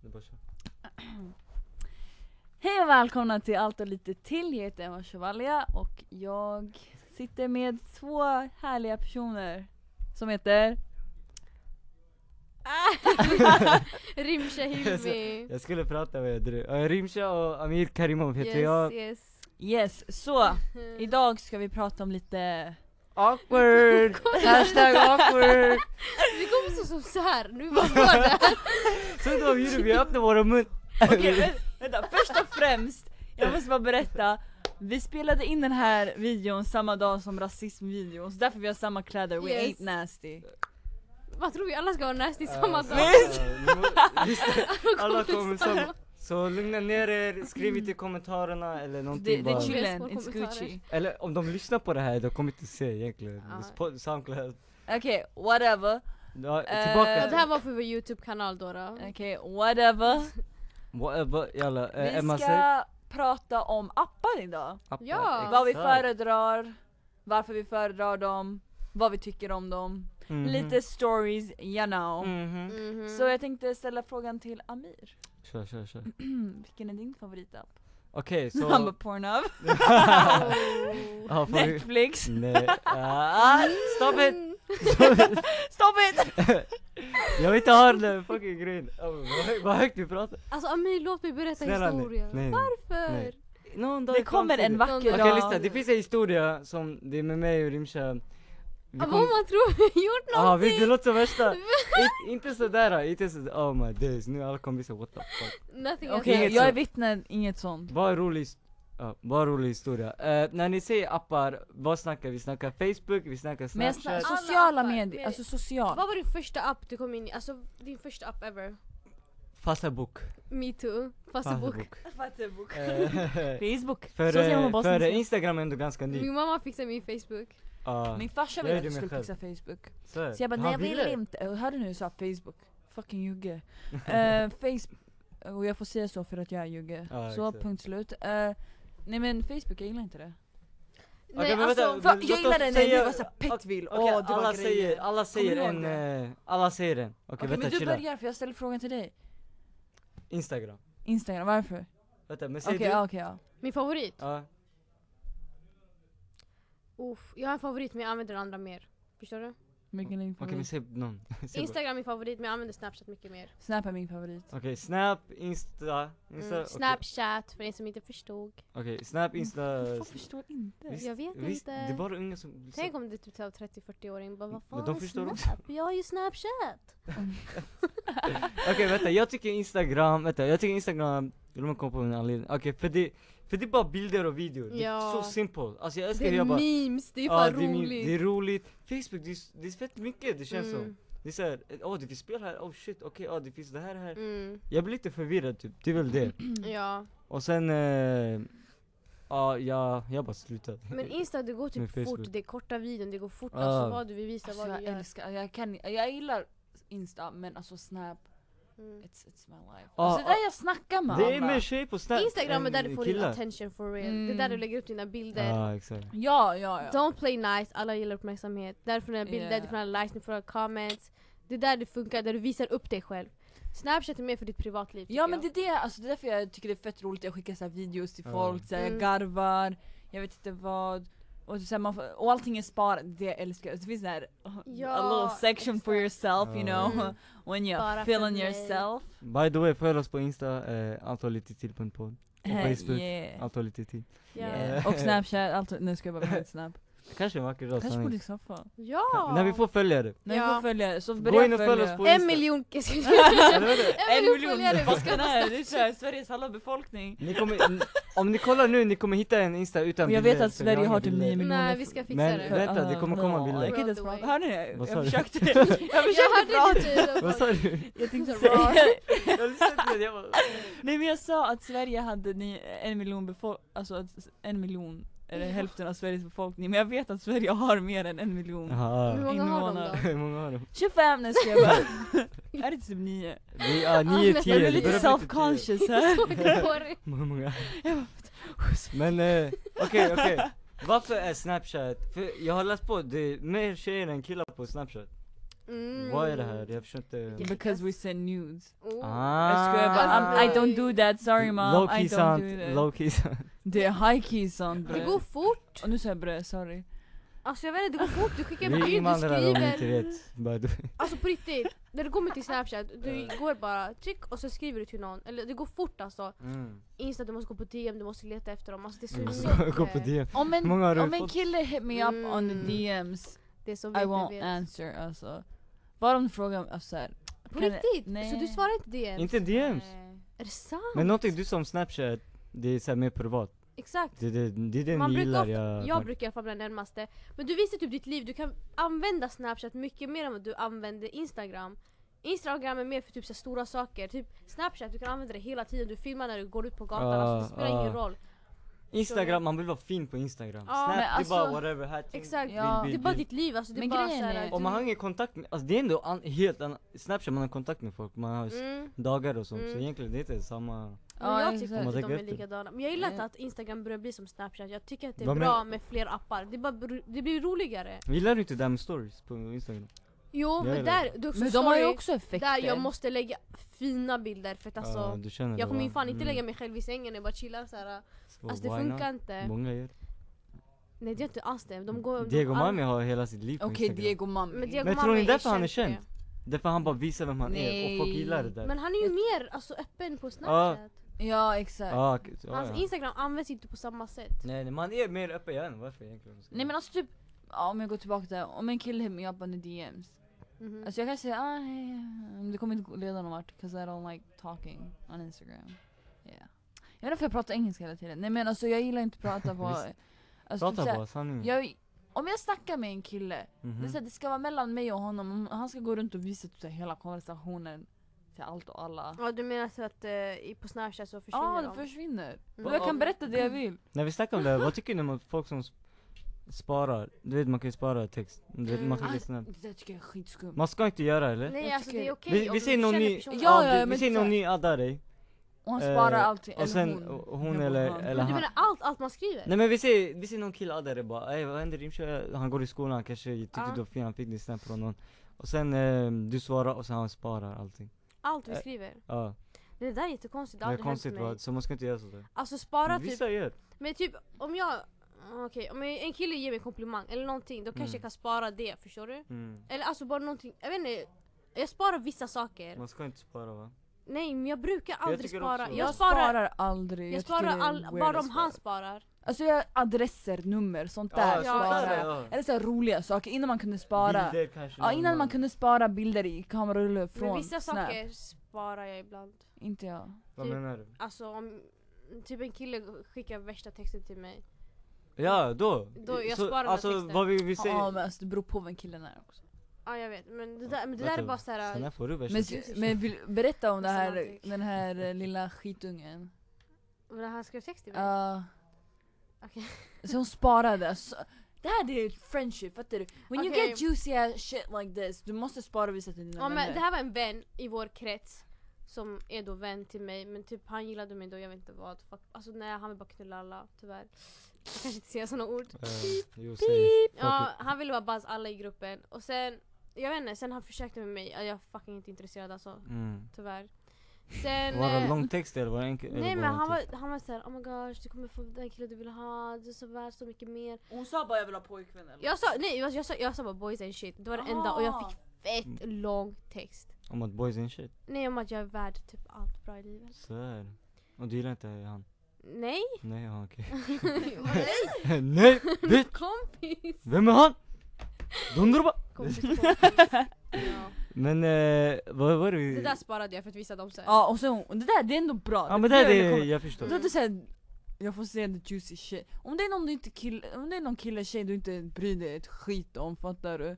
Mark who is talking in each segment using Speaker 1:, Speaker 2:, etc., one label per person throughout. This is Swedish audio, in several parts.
Speaker 1: bara kör.
Speaker 2: Hej och välkomna till Allt och lite till. Jag heter Emma Chevalier och jag sitter med två härliga personer som heter...
Speaker 3: Ah! Rimsha Hilmi.
Speaker 1: Jag skulle prata med Dru. Uh, Rimsha och Amir Karimov heter
Speaker 3: Yes,
Speaker 1: jag.
Speaker 3: yes.
Speaker 2: Yes, så idag ska vi prata om lite...
Speaker 1: Awkward! Hashtag awkward!
Speaker 3: Vi kommer stå som så här nu bara står där.
Speaker 1: Så då vi gjorde, vi öppnade våra mun.
Speaker 2: Okej, vä- vänta. Först och främst, jag måste bara berätta. Vi spelade in den här videon samma dag som rasismvideon, så därför vi har samma kläder. We
Speaker 3: Yes.
Speaker 2: ain't nasty.
Speaker 3: Vad tror vi alla ska ha nasty samma dag?
Speaker 1: dag. Alla kommer
Speaker 3: samma.
Speaker 1: samma. Så lugna ner er, skriv inte i kommentarerna eller
Speaker 2: Det,
Speaker 1: någonting
Speaker 2: det är
Speaker 1: bara.
Speaker 3: chill.
Speaker 2: chillen,
Speaker 3: Läs
Speaker 2: it's
Speaker 3: vår kommentarer.
Speaker 2: Gucci.
Speaker 1: Eller om de lyssnar på det här, de kommer inte se egentligen.
Speaker 3: Ja.
Speaker 1: Sp- Soundcloud.
Speaker 2: Okej, whatever.
Speaker 1: Ja,
Speaker 2: Eh,
Speaker 1: tillbaka.
Speaker 3: Ja, det här var för vår Youtube-kanal då. då.
Speaker 2: Okej, whatever.
Speaker 1: Whatever, jalla. Eh,
Speaker 2: Vi
Speaker 1: Emma säg.
Speaker 2: ska prata om appar idag.
Speaker 1: Appar,
Speaker 3: Ja.
Speaker 2: Vad vi
Speaker 1: exakt.
Speaker 2: föredrar, varför vi föredrar dem, vad vi tycker om dem.
Speaker 1: Mhm.
Speaker 2: Lite stories, you know.
Speaker 1: Mhm.
Speaker 3: Mhm.
Speaker 2: Så jag tänkte ställa frågan till Amir.
Speaker 1: Kör, kör, kör.
Speaker 2: Vilken är din favoritapp?
Speaker 1: Okej,
Speaker 2: Han
Speaker 1: så...
Speaker 2: bara Pornhub,
Speaker 3: Oh.
Speaker 1: Ja, får vi... Mm.
Speaker 2: Netflix.
Speaker 1: Nej. Ah, stop it!
Speaker 3: Mm.
Speaker 2: Stop it!
Speaker 1: Jag vill inte höra den där fucking grejen. Oh, vad- Vad högt du pratar.
Speaker 3: Alltså Amir låt mig berätta
Speaker 1: Snälla nej.
Speaker 3: historien.
Speaker 1: nej.
Speaker 3: Varför?
Speaker 1: Nej. Någon dag
Speaker 2: Det
Speaker 1: i
Speaker 2: kommer
Speaker 1: framtiden.
Speaker 2: en vacker
Speaker 1: Okej lyssna,
Speaker 2: dag.
Speaker 1: det finns en historia som, det är med mig och Rimsha. Vi
Speaker 3: Ah, Vad man tror vi har gjort
Speaker 1: ah, visst det
Speaker 3: någonting.
Speaker 1: låter som värsta. It, inte sådär, inte sådär. Oh my days, nu alla kommer säga what the fuck.
Speaker 3: Nothing else.
Speaker 2: Okej,
Speaker 1: Inget
Speaker 2: jag är
Speaker 1: sånt.
Speaker 2: vittne, inget sånt.
Speaker 1: Bara rolig, his- ja, bara rolig historia. Eh, när ni säger appar, vad snackar vi? Vi snackar Facebook, vi snackar
Speaker 2: Men jag
Speaker 1: Snapchat.
Speaker 2: snackar
Speaker 3: Alla
Speaker 2: sociala
Speaker 3: appar.
Speaker 2: medier,
Speaker 3: Men-
Speaker 2: alltså social.
Speaker 3: Vad var din första app du kom in i? Alltså din första app ever?
Speaker 2: Ah.
Speaker 1: Facebook.
Speaker 3: Me too. Facebook.
Speaker 2: Facebook.
Speaker 1: Eh,
Speaker 2: Facebook. Så säger man
Speaker 1: Före,
Speaker 2: bara
Speaker 1: före
Speaker 2: sen.
Speaker 1: Instagram är ändå ganska ny.
Speaker 3: Min mamma fixade min Facebook.
Speaker 1: Ah,
Speaker 2: Min farsa
Speaker 1: Jag
Speaker 2: ville
Speaker 1: är
Speaker 2: att jag
Speaker 1: det mig
Speaker 2: skulle
Speaker 1: själv.
Speaker 2: fixa Facebook.
Speaker 1: så här.
Speaker 2: Så jag bara,
Speaker 1: Han
Speaker 2: nej jag vill
Speaker 1: ville.
Speaker 2: inte. Och Hörde ni hur jag sa Facebook? Fucking jugge. Eh, Facebook, och jag får säga så för att jag är jugge.
Speaker 1: Ja,
Speaker 2: så
Speaker 1: exakt.
Speaker 2: punkt slut. Eh, nej men Facebook, jag gillar inte det.
Speaker 1: Okej, men
Speaker 3: alltså,
Speaker 1: vänta,
Speaker 2: Va,
Speaker 1: låt
Speaker 2: jag
Speaker 1: oss
Speaker 2: gillade det när det
Speaker 1: säga-
Speaker 2: var såhär Petville, åh
Speaker 1: Okej,
Speaker 2: det
Speaker 1: alla
Speaker 2: var grejer.
Speaker 1: säger, alla säger
Speaker 2: Kommer du
Speaker 1: en,
Speaker 2: ihåg det?
Speaker 1: eh, alla säger en. Okej
Speaker 2: Okej,
Speaker 1: vänta
Speaker 2: men du
Speaker 1: chilla.
Speaker 2: börjar för jag ställer frågan till dig.
Speaker 1: Instagram.
Speaker 2: Instagram, varför?
Speaker 1: Vänta men säg
Speaker 2: Okej,
Speaker 1: du.
Speaker 2: ja, okej ja.
Speaker 3: Min favorit?
Speaker 1: Ja.
Speaker 3: Uff, jag har en favorit men jag använder den andra mer. Förstår du?
Speaker 2: Vilken är din
Speaker 1: Okej
Speaker 2: favorit?
Speaker 1: men säg någon. Säg bara.
Speaker 3: Instagram är min favorit men jag använder Snapchat mycket mer.
Speaker 2: Snap är min favorit.
Speaker 1: Okej snap, insta, insta.
Speaker 3: Mm,
Speaker 1: okej.
Speaker 3: Snapchat för er som inte förstod.
Speaker 1: Okej snap,
Speaker 2: Mm.
Speaker 1: insta.
Speaker 2: Jag förstår inte.
Speaker 1: Visst,
Speaker 3: Jag vet
Speaker 1: visst,
Speaker 3: inte.
Speaker 1: Det är bara unga som...
Speaker 3: Tänk om det är typ så här 30-40-åring bara vad
Speaker 1: Men
Speaker 3: fan
Speaker 1: de
Speaker 3: är
Speaker 1: förstår också.
Speaker 3: Snap? Jag har ju Snapchat!
Speaker 1: Okej vänta jag tycker instagram, vänta jag tycker instagram, jag vill komma på en anledning. Okej för det, för det är bara bilder och videor. Det är
Speaker 3: Ja.
Speaker 1: så simple. Alltså jag älskar
Speaker 3: Det
Speaker 1: hur
Speaker 3: är
Speaker 1: jag bara.
Speaker 3: memes, det är
Speaker 1: ah,
Speaker 3: fan
Speaker 1: det, är min- det är
Speaker 3: roligt!
Speaker 1: roligt. Facebook det är, s- det är fett mycket det känns som.
Speaker 3: mm.
Speaker 1: Det är såhär, åh det finns spel här, oh shit, okej, ja det finns det här här.
Speaker 3: Mm.
Speaker 1: Jag blir lite förvirrad typ, det är väl det.
Speaker 2: Mm.
Speaker 3: Ja,
Speaker 1: Och sen, eh, ja, jag, jag bara slutar.
Speaker 3: men Insta det går
Speaker 1: Med
Speaker 3: typ
Speaker 1: Facebook.
Speaker 3: fort, det är korta videon, det går fort
Speaker 1: Ah.
Speaker 3: alltså vad du vill visa,
Speaker 2: Alltså,
Speaker 3: vad
Speaker 2: jag
Speaker 3: du gör.
Speaker 2: älskar, jag kan jag gillar Insta men alltså Snap,
Speaker 3: Mm.
Speaker 2: it's, it's my life.
Speaker 1: Ja,
Speaker 2: alltså det
Speaker 1: ja.
Speaker 2: där jag snackar med
Speaker 1: det är
Speaker 2: alla.
Speaker 1: mer tjejer på snap
Speaker 3: Instagram är
Speaker 1: än
Speaker 3: där du får din
Speaker 1: killar.
Speaker 3: attention for real, det
Speaker 2: Mm.
Speaker 3: är där du lägger upp dina bilder.
Speaker 1: Ja, exakt.
Speaker 2: Ja, ja, ja.
Speaker 3: Don't play nice, alla gillar uppmärksamhet. Därför dina bilder,
Speaker 2: Yeah.
Speaker 3: du får dina likes, du får dina comments. Det är där det funkar, där du visar upp dig själv. Snapchat är mer för ditt privatliv tycker
Speaker 2: Ja men det
Speaker 3: jag.
Speaker 2: är det, alltså, det är därför jag tycker det är fett roligt att jag skickar så här videos till
Speaker 1: Ja.
Speaker 2: folk, så här, jag
Speaker 3: Mm.
Speaker 2: garvar, jag vet inte vad. Och, så här, man får, och allting är sparat, det jag älskar. Alltså, Det finns där,
Speaker 3: Ja,
Speaker 2: a little section for yourself you
Speaker 1: Ja.
Speaker 2: know.
Speaker 3: Mm.
Speaker 2: When you're
Speaker 3: Bara för
Speaker 2: feeling
Speaker 3: mig.
Speaker 2: yourself.
Speaker 1: By the way, följ oss på Insta, eh, allt har lite till på en podd. Och Facebook,
Speaker 2: yeah.
Speaker 1: allt har lite till.
Speaker 2: Yeah. Och Snapchat, allt, nu ska jag bara vara helt snabb.
Speaker 1: Kanske en vacker dag,
Speaker 2: Kanske
Speaker 1: sanning.
Speaker 2: borde skaffa.
Speaker 3: Ja!
Speaker 1: När vi får följare.
Speaker 2: När vi
Speaker 3: Ja.
Speaker 2: får följare, så
Speaker 1: Gå
Speaker 2: börja
Speaker 1: in och följ oss
Speaker 2: följa.
Speaker 1: på Insta.
Speaker 3: en miljon... Jag ska-
Speaker 1: Eller vadå?
Speaker 2: En miljon,
Speaker 3: följare,
Speaker 2: vad
Speaker 3: vi
Speaker 2: ska
Speaker 3: ska
Speaker 2: den här? Det är så här, Sveriges halva befolkning.
Speaker 1: Ni kommer, n- om ni kollar nu, ni kommer hitta en Insta utan
Speaker 2: Och jag
Speaker 1: bilder,
Speaker 2: vet att
Speaker 1: så vi
Speaker 2: Sverige
Speaker 1: inga
Speaker 2: har typ
Speaker 1: bilder.
Speaker 2: nio miljoner.
Speaker 3: Nej vi ska fixa
Speaker 1: Men-
Speaker 3: det.
Speaker 1: men- Vänta, det kommer komma bilder.
Speaker 2: Jag kan inte ens prata. Hör ni?
Speaker 1: Vad
Speaker 2: Jag
Speaker 1: sa du?
Speaker 2: försökte. Jag försökte
Speaker 3: jag
Speaker 2: prata.
Speaker 3: hörde inte
Speaker 1: Vad sa du?
Speaker 2: Jag tänkte
Speaker 3: Så bra.
Speaker 2: säga.
Speaker 1: Jag lyssnade inte, jag bara...
Speaker 2: Nej men jag sa att Sverige hade ni, en miljon befolkning, alltså att s- en miljon eller
Speaker 3: Ja.
Speaker 2: hälften av Sveriges befolkning. Men jag vet att Sverige har mer än en miljon.
Speaker 3: Hur
Speaker 1: Jaha.
Speaker 3: många har de då?
Speaker 2: Invånare.
Speaker 1: Hur många har de?
Speaker 2: 25 när ska jag bara. Är det typ nio?
Speaker 1: Vi är nio,
Speaker 3: nästan.
Speaker 1: tio.
Speaker 2: Jag
Speaker 1: det börjar
Speaker 2: blir lite
Speaker 1: bli typ tio.
Speaker 2: self-conscious här.
Speaker 3: Tårigt.
Speaker 1: Hur många? Men eh, okej, okej. Varför är snapchat, för jag har läst på, det är mer tjejer än killar på snapchat.
Speaker 3: Mm.
Speaker 1: Vad är det här? Jag förstår inte. Ah.
Speaker 2: Because we send nudes.
Speaker 3: Oh.
Speaker 2: Jag skojar bara, I'm, I
Speaker 3: Alltså-
Speaker 2: don't do that, sorry mom.
Speaker 1: Low key
Speaker 2: I don't
Speaker 1: sant,
Speaker 2: do that.
Speaker 1: low key sant.
Speaker 2: Det är high key sånt
Speaker 3: Det
Speaker 2: bre.
Speaker 3: går fort.
Speaker 2: Och nu sa jag bre, sorry.
Speaker 3: Alltså jag vet inte, det går fort. Du
Speaker 1: Vi
Speaker 3: skickar bild,
Speaker 1: är
Speaker 3: du
Speaker 1: invandrare om ni inte
Speaker 3: skriver.
Speaker 1: vet. by the way.
Speaker 3: Alltså på riktigt, när du kommer till snapchat, du går bara tryck och så skriver du till någon. Eller det går fort alltså.
Speaker 1: Mm.
Speaker 3: Insta, du måste gå på DM, du måste leta efter dem. Alltså det är så
Speaker 1: Mm.
Speaker 3: mycket.
Speaker 1: Gå på DM.
Speaker 2: Om
Speaker 1: Hur
Speaker 2: en,
Speaker 1: många har du
Speaker 2: om en
Speaker 1: fått?
Speaker 2: kille hit me up on the
Speaker 3: Mm.
Speaker 2: DMs,
Speaker 3: Det är så
Speaker 2: I
Speaker 3: vet, du
Speaker 2: won't
Speaker 3: vet.
Speaker 2: answer alltså. Bara om du frågar, alltså såhär.
Speaker 3: På
Speaker 2: Kan-
Speaker 3: riktigt?
Speaker 2: nej.
Speaker 3: Så du svarar inte DM?
Speaker 1: Inte DMs.
Speaker 2: Mm.
Speaker 3: Är det sant?
Speaker 1: Men någonting du som snapchat, det är så här mer privat.
Speaker 3: Exakt.
Speaker 1: Det är det, det, är det
Speaker 3: Man
Speaker 1: ni
Speaker 3: brukar
Speaker 1: gillar
Speaker 3: ofta-
Speaker 1: jag...
Speaker 3: Jag brukar i alla fall bli den närmaste. Men du visar typ ditt liv, du kan använda snapchat mycket mer än vad du använder instagram. Instagram är mer för typ så här stora saker, typ snapchat, du kan använda det hela tiden, du filmar när du går ut på gatan,
Speaker 1: Ja,
Speaker 3: alltså det spelar
Speaker 1: ja.
Speaker 3: ingen roll.
Speaker 1: Instagram, man vill vara fin på Instagram.
Speaker 3: Ja,
Speaker 1: Snap,
Speaker 2: men
Speaker 1: det
Speaker 2: alltså-
Speaker 1: är bara whatever, här ting,
Speaker 3: Exakt.
Speaker 2: Ja.
Speaker 1: bild,
Speaker 3: Det är
Speaker 1: bild,
Speaker 3: bara
Speaker 1: bild.
Speaker 3: ditt liv, alltså det är
Speaker 2: Men
Speaker 3: bara
Speaker 2: grejen
Speaker 3: såhär,
Speaker 2: är-
Speaker 3: du-
Speaker 1: Och Ah. man har ingen kontakt med, alltså det är ändå an, helt annan, Snapchat man har kontakt med folk, man har s-
Speaker 3: Mm.
Speaker 1: dagar och sånt så
Speaker 3: Mm.
Speaker 1: egentligen det är inte samma
Speaker 3: Men jag
Speaker 2: exakt.
Speaker 3: tycker
Speaker 1: Om man
Speaker 3: inte de
Speaker 1: tänker
Speaker 3: är
Speaker 1: efter.
Speaker 3: likadana. Men jag gillar inte
Speaker 2: Eh.
Speaker 3: att Instagram börjar bli som Snapchat. Jag tycker att det är
Speaker 1: Vad men-
Speaker 3: bra med fler appar. Det, är bara, br- det blir roligare.
Speaker 1: Gillar du inte det här med stories på Instagram?
Speaker 3: Jo men
Speaker 1: gillar
Speaker 3: där, du också
Speaker 2: Men de har ju
Speaker 3: sorry,
Speaker 2: också effekter.
Speaker 3: Där jag måste lägga fina bilder för att alltså
Speaker 1: Ja, du känner
Speaker 3: Jag
Speaker 1: det,
Speaker 3: kommer ju
Speaker 1: va?
Speaker 3: fan inte
Speaker 1: Mm.
Speaker 3: lägga mig själv i sängen och bara chilla såhär.
Speaker 1: Så
Speaker 3: Alltså det
Speaker 1: why not?
Speaker 3: funkar inte.
Speaker 1: Många gör det.
Speaker 3: Nej det är inte alls det. De går,
Speaker 1: Diego
Speaker 3: de, all-
Speaker 1: Mami har hela sitt liv på
Speaker 2: Okej
Speaker 1: Instagram
Speaker 2: Diego Mami.
Speaker 3: Men Diego
Speaker 1: Men tror
Speaker 3: Mami
Speaker 1: ni därför han är
Speaker 3: för det.
Speaker 1: känd? Därför han bara visar vem han är och folk gillar det där
Speaker 3: Men han är ju mer alltså, öppen på Snapchat.
Speaker 2: Ja exakt.
Speaker 1: ah, okej, så, ja,
Speaker 3: Hans
Speaker 1: ja.
Speaker 3: Instagram används inte på samma sätt.
Speaker 1: Nej nej, man är mer öppen, jag vet inte varför egentligen
Speaker 2: Nej men alltså typ, ja, om jag går tillbaka där, om en kille hit me up on the DMs.
Speaker 3: Mhm.
Speaker 2: Alltså jag kan säga ah, hej, men det kommer inte gå- leda någon vart, 'cause I don't like talking on Instagram. Yeah. Jag vet inte för jag pratar engelska hela tiden. Nej men alltså jag gillar inte att prata på...
Speaker 1: Visst.
Speaker 2: alltså, typ
Speaker 1: Prata
Speaker 2: såhär,
Speaker 1: bara sanningen
Speaker 2: jag, om jag snackar med en kille,
Speaker 1: Mhm.
Speaker 2: det, är såhär, det ska vara mellan mig och honom, Om han ska gå runt och visa typ, såhär, hela konversationen till allt och alla.
Speaker 3: Ja du menar så att eh, i- på Snapchat så
Speaker 2: Ja,
Speaker 3: försvinner
Speaker 2: det
Speaker 3: de?
Speaker 2: försvinner.
Speaker 3: Mm.
Speaker 2: Och jag kan berätta det jag vill.
Speaker 1: När vi snackar om det, här, vad tycker ni om att folk som s- sparar? Du vet man kan ju spara text, du vet man
Speaker 3: Ah.
Speaker 1: skickar snabbt
Speaker 2: Det där tycker jag är skitskumt.
Speaker 1: Man ska inte göra eller?
Speaker 3: Nej
Speaker 2: Jag
Speaker 3: alltså det
Speaker 2: tycker-
Speaker 3: är okej
Speaker 1: vi,
Speaker 3: om
Speaker 1: vi
Speaker 3: du
Speaker 1: ser någon
Speaker 3: känner
Speaker 1: ny,
Speaker 3: personen.
Speaker 2: Ja, ja,
Speaker 1: du, vi
Speaker 2: men
Speaker 1: ser någon
Speaker 2: exakt.
Speaker 1: ny addar dig
Speaker 2: Och han
Speaker 1: Eh,
Speaker 2: sparar allting,
Speaker 1: och sen
Speaker 2: eller hon.
Speaker 1: och hon
Speaker 2: Jag
Speaker 1: eller,
Speaker 2: bara, han.
Speaker 1: eller
Speaker 3: Men du
Speaker 1: han
Speaker 3: menar allt, allt man skriver?
Speaker 1: Nej men vi ser, vi ser någon kille addar dig bara Ey vad händer Rimsha? Han går i skolan, han kanske tyckte
Speaker 3: Ja.
Speaker 1: du var fin, han fick din snap från någon Och sen eh, du svarar och sen han sparar allting
Speaker 3: Allt vi
Speaker 1: Eh,
Speaker 3: skriver?
Speaker 1: Ja,
Speaker 3: Det där är jättekonstigt,
Speaker 1: det är
Speaker 3: det har aldrig
Speaker 1: konstigt
Speaker 3: hänt mig.
Speaker 1: va? Så man ska inte göra sådär
Speaker 3: Alltså spara
Speaker 1: Men
Speaker 3: typ,
Speaker 1: Vissa gör
Speaker 3: men typ om jag, okej om jag- en kille ger mig en komplimang eller någonting då kanske
Speaker 1: Mm.
Speaker 3: jag kan spara det, förstår du?
Speaker 1: mm.
Speaker 3: Eller alltså bara någonting, jag vet inte Jag sparar vissa saker
Speaker 1: Man ska inte spara va?
Speaker 3: Nej men jag brukar aldrig
Speaker 1: Mm. tycker
Speaker 3: spara
Speaker 1: också-
Speaker 3: jag,
Speaker 2: Jag
Speaker 3: sparar,
Speaker 2: sparar aldrig.
Speaker 3: jag
Speaker 2: tycker
Speaker 3: sparar
Speaker 2: det är
Speaker 3: all,
Speaker 2: weird
Speaker 3: bara
Speaker 2: as
Speaker 3: om han
Speaker 2: fuck.
Speaker 3: sparar
Speaker 2: Alltså jag adresser, nummer, sånt där.
Speaker 3: ja,
Speaker 2: sparar
Speaker 3: exakt.
Speaker 2: jag. Eller så här roliga saker innan man kunde spara.
Speaker 1: Bilder kanske
Speaker 2: Ja,
Speaker 1: någon
Speaker 2: innan man
Speaker 1: annan.
Speaker 2: kunde spara bilder i kamerarullar från
Speaker 3: Men vissa
Speaker 2: Snap.
Speaker 3: saker sparar jag ibland
Speaker 2: Inte jag.
Speaker 1: Vad
Speaker 3: typ-
Speaker 1: menar du?
Speaker 3: Alltså om Typ en kille skickar värsta texten till mig
Speaker 1: Ja, då!
Speaker 3: Då, jag
Speaker 1: så,
Speaker 3: sparar den
Speaker 1: alltså
Speaker 3: texten.
Speaker 1: vad vi vill
Speaker 2: Ja
Speaker 1: säga...
Speaker 2: men alltså det beror på vem killen är också.
Speaker 3: Ja jag vet, men det där, men det där är bara
Speaker 1: Sen här
Speaker 3: såhär
Speaker 1: får du värsta
Speaker 2: Men, men vill, berätta om det
Speaker 3: Missar
Speaker 2: här,
Speaker 3: Alltså, någonting.
Speaker 2: den här eh, lilla skitungen.
Speaker 3: När han skrev text till mig?
Speaker 2: Ja.
Speaker 3: Okej.
Speaker 2: Så hon sparade. Så, det här det är friendship, fattar du? When you
Speaker 3: Okej.
Speaker 2: get juicy ass shit like this, du måste spara och visa till dina
Speaker 3: Ja
Speaker 2: vänner.
Speaker 3: men det här var en vän i vår krets Som är då vän till mig men typ han gillade mig då, jag vet inte vad Fuck. Alltså nej han vill bara knulla alla, tyvärr Jag kanske inte säger sådana ord
Speaker 1: Eh, jo, säg. Fuck
Speaker 3: Ja, han ville bara buzz alla i gruppen och sen, jag vet inte, sen han försökte med mig, Ja, jag är fucking inte intresserad alltså,
Speaker 1: it. Mm.
Speaker 3: tyvärr. Sen...
Speaker 1: Var det
Speaker 3: eh,
Speaker 1: lång text eller var det enkel? eller
Speaker 3: Nej men
Speaker 1: bara typ
Speaker 3: han
Speaker 1: text?
Speaker 3: var, han var såhär oh my gosh du kommer få den killen du vill ha, du är så värd så mycket mer.
Speaker 2: Hon sa bara jag vill ha pojkvän eller?
Speaker 3: Jag sa, nej jag, jag, sa, jag sa bara boys and shit, det var det enda och jag
Speaker 2: Ah.
Speaker 1: Ah.
Speaker 3: fick fett
Speaker 1: Mm.
Speaker 3: lång text.
Speaker 1: Om att boys and shit.
Speaker 3: Nej om att jag är värd typ allt bra i livet.
Speaker 1: Så är det. Och du gillar inte han?
Speaker 3: Nej!
Speaker 1: Nej, ja, okej.
Speaker 3: Nej
Speaker 1: Nej! Bitch!
Speaker 3: kompis!
Speaker 1: Vem är han? Dunderba!
Speaker 3: Kompis, kompis. Ja.
Speaker 1: Men eh, vad var det vi...
Speaker 3: Det där sparade jag för att visa dem sen.
Speaker 2: Ja och sen, och det där det är ändå bra.
Speaker 1: Ja men det,
Speaker 2: vill
Speaker 1: det,
Speaker 2: jag
Speaker 1: det
Speaker 2: komma-
Speaker 1: jag förstår.
Speaker 2: Då är det såhär, jag får se the juicy shit. Om det är någon, du inte kill, om det är någon kille tjej du inte bryr dig ett skit om, fattar du?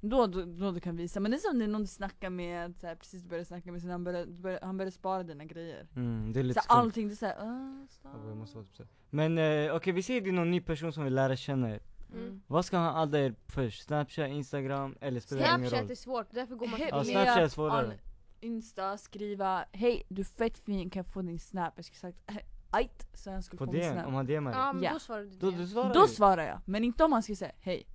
Speaker 2: Då, då, då du kan visa. Men det är som när någon du snackar med, så här, precis börjar snacka med sen han börjar, börjar, han börjar spara dina grejer.
Speaker 1: Mm, det är
Speaker 2: Så
Speaker 1: lite
Speaker 2: här,
Speaker 1: skumt.
Speaker 2: allting, det är såhär, uh,
Speaker 1: Ja, jag måste vara typ så här. Men eh, okej, vi säger det är någon ny person som vill lära känna er.
Speaker 3: Mm.
Speaker 1: Vad ska han adda er först? Snapchat, instagram eller spelar det ingen roll?
Speaker 3: Snapchat är svårt, därför går man
Speaker 2: Hit
Speaker 3: till
Speaker 1: Ja,
Speaker 2: me
Speaker 1: Snapchat är
Speaker 2: up
Speaker 1: svårare.
Speaker 2: on Insta, skriva hej du är fett fin kan jag få din snap? Jag skulle sagt ajt så han skulle
Speaker 1: På
Speaker 2: få min
Speaker 1: DM, om
Speaker 2: snap.
Speaker 1: han DMar
Speaker 3: Ja men
Speaker 2: Ja.
Speaker 3: då svarar du
Speaker 1: Då,
Speaker 3: det.
Speaker 1: du svarar
Speaker 2: Då
Speaker 1: ju
Speaker 2: svarar jag, men inte om han skulle säga hej.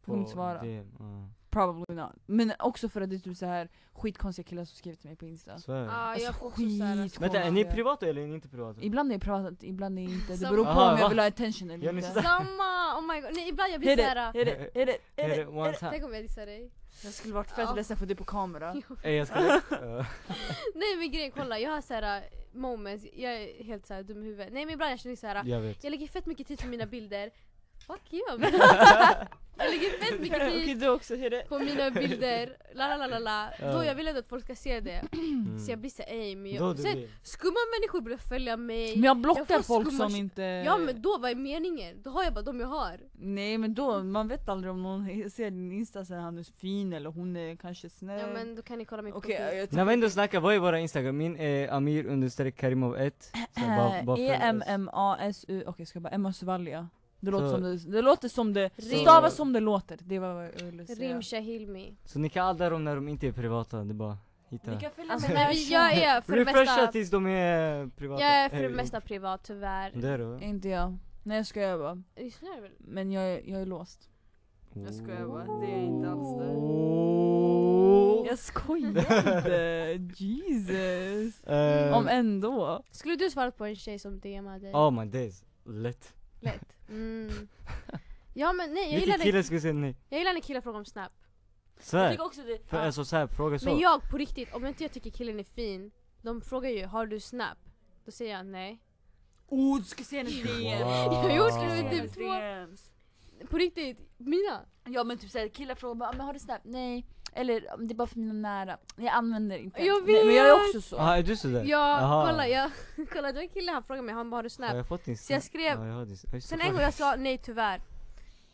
Speaker 2: Du kommer inte svara.
Speaker 1: DM, ja.
Speaker 2: Probably not. Men också för att det är typ så här skitkonstiga killar som skriver till mig på Insta.
Speaker 1: Så är det.
Speaker 3: Ah,
Speaker 2: Alltså,
Speaker 3: jag får också så här-
Speaker 2: skitkonstiga.
Speaker 1: Vänta, är ni privata eller är ni inte privata?
Speaker 2: Ibland är jag pratat, ibland är jag inte. Det
Speaker 3: Samma.
Speaker 2: beror på
Speaker 1: Aha,
Speaker 2: om jag
Speaker 1: va?
Speaker 2: vill ha attention eller
Speaker 1: Gör ni
Speaker 2: inte.
Speaker 1: sådär?
Speaker 3: Samma! Oh my god, nej ibland jag blir
Speaker 2: Hit it,
Speaker 3: såhär...
Speaker 2: hit it, hit it, hit
Speaker 1: Är
Speaker 2: it.
Speaker 1: det one time?
Speaker 3: Tänk om jag dissar dig?
Speaker 2: Jag skulle varit fett
Speaker 3: Ja.
Speaker 2: ledsen för det på kamera.
Speaker 1: Ey, jag skulle... Eh,
Speaker 3: Nej men grejen, kolla jag har såhär moments, jag är helt såhär dum i huvudet. Nej men ibland jag känner såhär,
Speaker 1: Jag vet.
Speaker 3: jag lägger fett mycket tid på mina bilder. Fuck you! Men- jag lägger fett mycket
Speaker 2: Okej
Speaker 3: tid
Speaker 2: du också, hit it.
Speaker 3: på mina bilder, la la la la la. Då
Speaker 1: Ja.
Speaker 3: jag vill ändå att folk ska se det. Så jag blir såhär, ey men
Speaker 1: Mm. Då
Speaker 3: jag...
Speaker 1: du
Speaker 3: Sen,
Speaker 1: vill.
Speaker 3: skumma människor börjar följa mig.
Speaker 2: Men jag blockar
Speaker 3: Jag får
Speaker 2: folk
Speaker 3: skumma
Speaker 2: som
Speaker 3: shit.
Speaker 2: inte...
Speaker 3: Ja men då, vad är meningen? Då har jag bara de jag har.
Speaker 2: Nej men då, man vet aldrig om någon ser din insta så är han är fin eller hon är kanske snäll.
Speaker 3: Ja men då kan ni kolla min
Speaker 2: Eh, Okej,
Speaker 3: profil.
Speaker 2: jag
Speaker 1: När vi ändå snackar, vad är våra instagram? Min är amir understreck karimov 1
Speaker 3: E
Speaker 2: Eh, E E-M-M-A-S-U, okej ska jag bara, Emma Sovalia. Det låter,
Speaker 1: Så-
Speaker 2: som det, det låter som det,
Speaker 3: Rim-
Speaker 2: stavas som det låter. Det var vad jag ville säga.
Speaker 3: Rimsha Hilmi.
Speaker 1: Så ni kan alla dem när de inte är privata, det är bara hitta
Speaker 2: följa
Speaker 3: Alltså nej, jag är för det
Speaker 1: Refresha
Speaker 3: mesta,
Speaker 1: tills de är privata
Speaker 3: jag är för det
Speaker 1: Eh,
Speaker 3: mesta privat tyvärr.
Speaker 1: Det är du?
Speaker 2: Inte jag. Nej jag skojar bara.
Speaker 3: Lyssnar jag väl?
Speaker 2: Men jag, är- jag är låst.
Speaker 1: Jag
Speaker 4: skojar bara, det är inte alls det.
Speaker 2: Jag skojar inte! Jesus!
Speaker 1: Eh,
Speaker 2: Om ändå.
Speaker 3: Skulle du svarat på en tjej som DMade dig?
Speaker 1: Oh my days, lätt
Speaker 3: Lätt. Mm. Ja men nej jag gillar,
Speaker 1: Vilken
Speaker 3: när,
Speaker 1: kille skulle säga nej?
Speaker 3: jag gillar när killar frågar om snap.
Speaker 1: Svär!
Speaker 2: också det.
Speaker 1: För alltså såhär, fråga
Speaker 3: Men
Speaker 1: så
Speaker 3: jag på riktigt, om inte jag tycker killen är fin, de frågar ju har du snap? Då säger jag nej.
Speaker 2: Oh du ska se hennes DM!
Speaker 3: Jag har gjort det
Speaker 2: Du ska se
Speaker 3: med typ
Speaker 2: hennes
Speaker 3: två-
Speaker 2: DMs.
Speaker 3: På riktigt, mina.
Speaker 2: Ja men typ såhär killar frågar bara, "Ah, men har du snap? Nej. Eller "Ah, det är bara för mina nära. Jag använder inte.
Speaker 3: Jag
Speaker 2: Nej, men jag är
Speaker 3: vet.
Speaker 2: också så.
Speaker 1: Jaha, är du sådär?
Speaker 3: Alltså, Ja
Speaker 1: Aha.
Speaker 3: kolla, jag, kolla det var en kille han frågade mig, han bara har du
Speaker 1: Har
Speaker 3: snap?
Speaker 1: jag fått din
Speaker 3: Så jag skrev-
Speaker 1: Ja, jag har din... Ja, just det,
Speaker 3: Sen en
Speaker 1: fråga.
Speaker 3: gång jag sa nej tyvärr.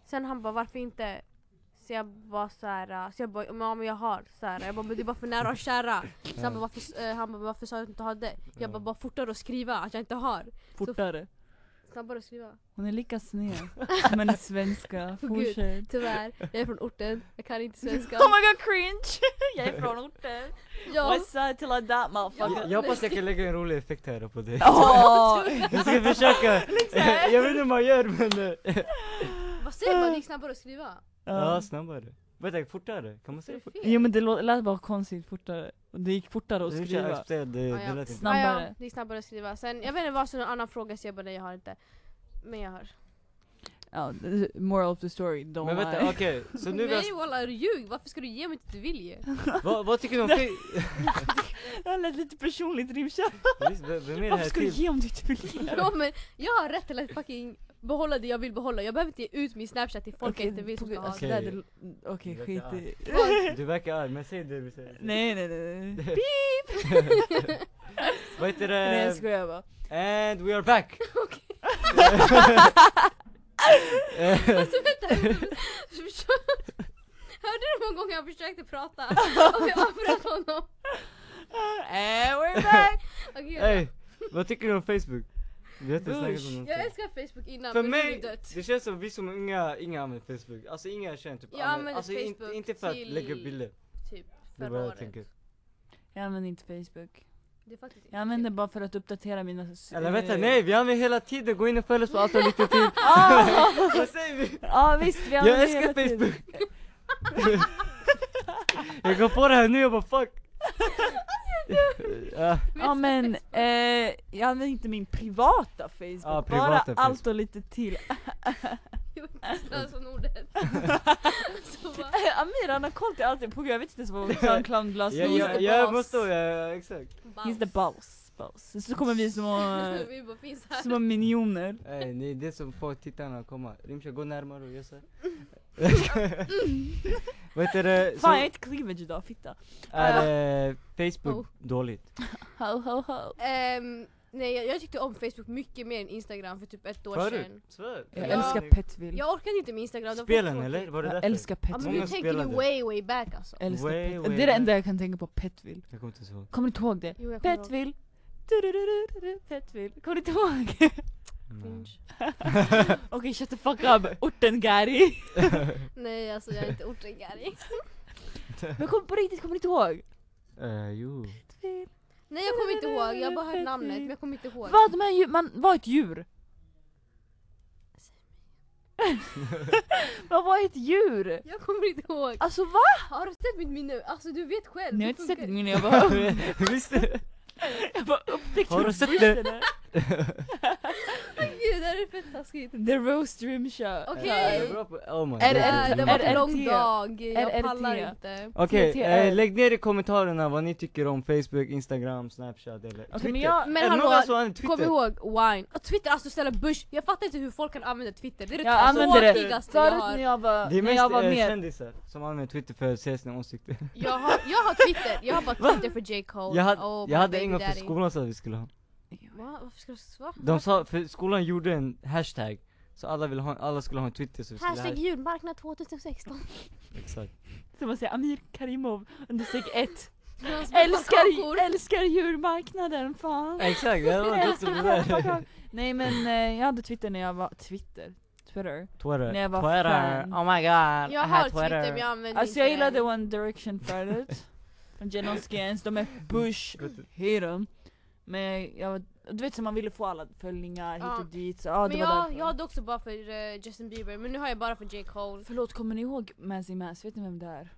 Speaker 3: Sen han bara varför inte? Så jag bara såhär, så jag bara "Men ja men jag har. Så här. Jag bara men det är bara för nära och kära. Så han bara varför, eh, han bara, varför sa jag att du inte hade? Jag bara bara fortare att skriva att jag inte har.
Speaker 2: Fortare.
Speaker 3: Snabbare att skriva.
Speaker 2: Hon är lika sned som hennes svenska.
Speaker 3: Åh, gud.
Speaker 2: Fortsätt.
Speaker 3: Tyvärr, jag är från orten, jag kan inte svenska.
Speaker 2: Oh my god cringe! jag är från orten.
Speaker 3: Jag,
Speaker 2: West side till I die motherfucker.
Speaker 1: Jag- Jag hoppas jag kan lägga en rolig effekt här på dig
Speaker 2: Åh!
Speaker 1: Jag ska försöka!
Speaker 3: Liksom.
Speaker 1: jag vet inte hur man gör men... eh,
Speaker 3: vad säger man? Det gick snabbare att skriva.
Speaker 1: ja, snabbare Vänta, fortare? Kan man
Speaker 3: Så är
Speaker 1: säga
Speaker 3: det
Speaker 1: fortare?
Speaker 3: fel.
Speaker 2: Jo men det lå- lät bara konstigt fortare. Och Det gick fortare att
Speaker 1: Det gick
Speaker 2: skriva.
Speaker 1: acceptera, det-
Speaker 3: Ja,
Speaker 1: det
Speaker 3: ja.
Speaker 1: lät inte
Speaker 2: Snabbare.
Speaker 3: Ja, ja, det gick snabbare att skriva. Sen, jag vet inte vad som är någon annan fråga så jag bara nej jag har inte. Men jag har.
Speaker 2: Ja, the- moral of the story, don't
Speaker 1: Men vänta,
Speaker 2: lie.
Speaker 1: okej, så nu vi har...
Speaker 3: Nej walla ljug, varför ska du ge mig det du vill ge?
Speaker 1: Vad, vad tycker du om Fe-
Speaker 2: Det här lät lite personligt Rimsha.
Speaker 1: Visst, v- Vem är det
Speaker 2: Varför
Speaker 1: här
Speaker 2: ska du
Speaker 1: till?
Speaker 2: ge om du inte vill ge?
Speaker 3: Ja, men jag har rätt till att fucking behålla det jag vill behålla. Jag behöver inte ge ut min snapchat till folk jag inte vill som ska
Speaker 2: Okej,
Speaker 3: ha
Speaker 2: alltså,
Speaker 3: den.
Speaker 2: det hade- okej,
Speaker 1: Okej.
Speaker 2: skit i.
Speaker 1: Du verkar arg, men säg det du säger
Speaker 2: Nej nej nej. nej.
Speaker 1: Vad heter
Speaker 2: Nej jag
Speaker 1: det?
Speaker 2: skojar bara.
Speaker 1: And we are back! Eh,
Speaker 3: Alltså vänta, vänta, vänta. Hörde du hur många gånger jag försökte prata? Och jag avbröt honom.
Speaker 2: And Eh, we're back!
Speaker 3: Okej,
Speaker 1: Ey, vad tycker du om Facebook? Vi har inte snackat om
Speaker 2: Bush.
Speaker 3: jag
Speaker 1: någonting
Speaker 3: älskar Facebook innan
Speaker 1: För
Speaker 3: men nu är
Speaker 1: mig,
Speaker 3: det dött.
Speaker 1: det känns som vi som unga, inga använder Facebook Alltså inga känner typ
Speaker 3: Jag använder
Speaker 1: alltså,
Speaker 3: Facebook
Speaker 1: in, inte för att
Speaker 3: till
Speaker 1: lägga upp bilder
Speaker 3: Typ
Speaker 1: Det är
Speaker 3: förra
Speaker 1: vad jag
Speaker 3: året.
Speaker 1: tänker
Speaker 2: Jag använder inte Facebook.
Speaker 3: Det är faktiskt inte
Speaker 2: Jag använder bara för att uppdatera mina... s-
Speaker 1: Eller vänta,
Speaker 2: eh,
Speaker 1: nej vi använder hela tiden, gå in och följ oss på allt och lite till
Speaker 2: Ah!
Speaker 1: Vad säger vi?
Speaker 2: Ja visst, vi
Speaker 1: Jag
Speaker 2: använder hela
Speaker 1: älskar
Speaker 2: tiden.
Speaker 1: Facebook! jag kom på det här nu, jag bara fuck! Ja,
Speaker 2: Ja men, eh, jag använder inte min privata Facebook,
Speaker 1: Ja,
Speaker 2: bara
Speaker 1: privata Facebook.
Speaker 2: allt och lite till.
Speaker 3: Det
Speaker 2: eh.
Speaker 3: var som ordet. Alltså, Så bara,
Speaker 2: Amir han har koll till allting, på jag vet inte ens vad Soundcloud glass
Speaker 1: jag, jag, jag måste, ja, exakt
Speaker 2: He's the
Speaker 3: bounce.
Speaker 2: boss, boss. Så kommer vi små,
Speaker 3: Vi bara finns här.
Speaker 2: små miljoner.
Speaker 1: Ey, det är det som får tittarna att komma, Rimsha gå närmare och gör såhär Vad heter det, så
Speaker 2: Fan jag har ett cleavage idag, fitta.
Speaker 1: är eh, Facebook
Speaker 3: Oh.
Speaker 1: dåligt?
Speaker 2: Ho ho ho.
Speaker 3: Ehm, nej jag, jag tyckte om Facebook mycket mer än Instagram för typ ett år sedan.
Speaker 1: Svär.
Speaker 2: Jag
Speaker 3: Ja.
Speaker 2: älskar Petville. Jag,
Speaker 3: Jag orkade inte med Instagram, det var för
Speaker 1: Spelen
Speaker 3: tråkigt.
Speaker 1: eller? Var det därför?
Speaker 2: älskar
Speaker 3: Ja men nu
Speaker 1: Många
Speaker 2: Petville.
Speaker 3: tänker du
Speaker 1: spelade.
Speaker 3: way way back alltså.
Speaker 2: Jag älskar
Speaker 1: Way,
Speaker 2: Petville.
Speaker 1: way
Speaker 2: Det är det
Speaker 1: back.
Speaker 2: enda jag kan tänka på, Petville.
Speaker 1: Jag kommer inte ens ihåg
Speaker 2: Kommer du inte ihåg det?
Speaker 3: Jo jag kommer ihåg.
Speaker 2: Petville. Du-du-du-du-du-du, Petville. Kommer du inte ihåg?
Speaker 1: Mm.
Speaker 2: Okej shut the fuck up, orten Gary.
Speaker 3: Nej alltså jag är inte ortengäring.
Speaker 2: Men kom, på riktigt, kommer du inte ihåg?
Speaker 1: Eh, jo
Speaker 2: Petville.
Speaker 3: Nej jag kommer inte ihåg, jag har bara hört namnet men jag kommer inte ihåg.
Speaker 2: Vad, de här djur, man var ett djur. Vad var ett djur?
Speaker 3: Jag kommer inte ihåg. Ah,
Speaker 2: Alltså va?
Speaker 3: Har du sett mitt minne? Alltså du vet själv.
Speaker 2: Ni har
Speaker 3: det
Speaker 2: inte sett
Speaker 3: funkar.
Speaker 2: mitt minne, jag bara,
Speaker 1: Visst det?
Speaker 2: jag bara upptäckte
Speaker 1: Har du
Speaker 2: hur
Speaker 1: sett
Speaker 2: dyrt
Speaker 1: det?
Speaker 2: den är.
Speaker 3: Gud, det här är fett taskigt.
Speaker 2: The roast rim show.
Speaker 3: Okej.
Speaker 1: Är du bra på- Oh my god.
Speaker 2: Är
Speaker 3: Det, här, det var en
Speaker 2: RRT.
Speaker 3: lång dag, jag
Speaker 2: RRT.
Speaker 3: pallar inte.
Speaker 1: Okej,
Speaker 2: TTR.
Speaker 1: eh, lägg ner i kommentarerna vad ni tycker om Facebook, Instagram, Snapchat eller Twitter.
Speaker 2: Okej men jag,
Speaker 3: Men
Speaker 1: är det
Speaker 3: hallå,
Speaker 1: någon som använder
Speaker 3: kom
Speaker 1: Twitter?
Speaker 3: ihåg wine. Och Twitter, alltså ställa bush. Jag fattar inte hur folk kan använda Twitter. Det är det
Speaker 2: jag använde det.
Speaker 3: tråkigaste jag
Speaker 2: Förut när
Speaker 3: har.
Speaker 2: jag var,
Speaker 1: Det är
Speaker 2: när
Speaker 1: mest
Speaker 2: jag var
Speaker 1: eh,
Speaker 2: med,
Speaker 1: kändisar som använder Twitter för att säga sina åsikter.
Speaker 3: Jag har, jag har Twitter, jag har bara Twitter för J. Cole.
Speaker 1: Jag, had,
Speaker 3: oh, my
Speaker 1: jag hade
Speaker 3: baby
Speaker 1: en gång för
Speaker 3: daddy.
Speaker 1: skolan så att vi skulle ha.
Speaker 3: Va? Varför ska du svara?
Speaker 1: De sa, för skolan gjorde en hashtag. Så alla, ville ha, alla skulle ha en Twitter så vi skulle
Speaker 3: Hashtag julmarknad 2016.
Speaker 1: Exakt.
Speaker 2: så man säger Amir Karimov, understreck 1.
Speaker 3: Jag smakar kakor.
Speaker 2: Älskar, älskar djurmarknaden, fan.
Speaker 1: Exakt, det var något som det där.
Speaker 2: Nej men eh, jag hade Twitter när jag var, Twitter? Twitter?
Speaker 1: Twitter.
Speaker 2: När jag var
Speaker 1: Twitter.
Speaker 2: fan.
Speaker 1: Oh my god.
Speaker 3: Jag har Twitter men jag använder
Speaker 2: Alltså
Speaker 3: inte
Speaker 2: jag
Speaker 3: den.
Speaker 2: gillade One Direction förut. Från Genon Skins, de är bush, hate dem. Men jag, du vet så man ville få alla följningar hit
Speaker 3: Ja.
Speaker 2: och dit. Så, ja, det
Speaker 3: Men
Speaker 2: var
Speaker 3: jag,
Speaker 2: därför.
Speaker 3: jag hade också bara för eh, Justin Bieber, men nu har jag bara för J. Cole.
Speaker 2: Förlåt, kommer ni ihåg Mazzy Maz? Vet ni vem det är?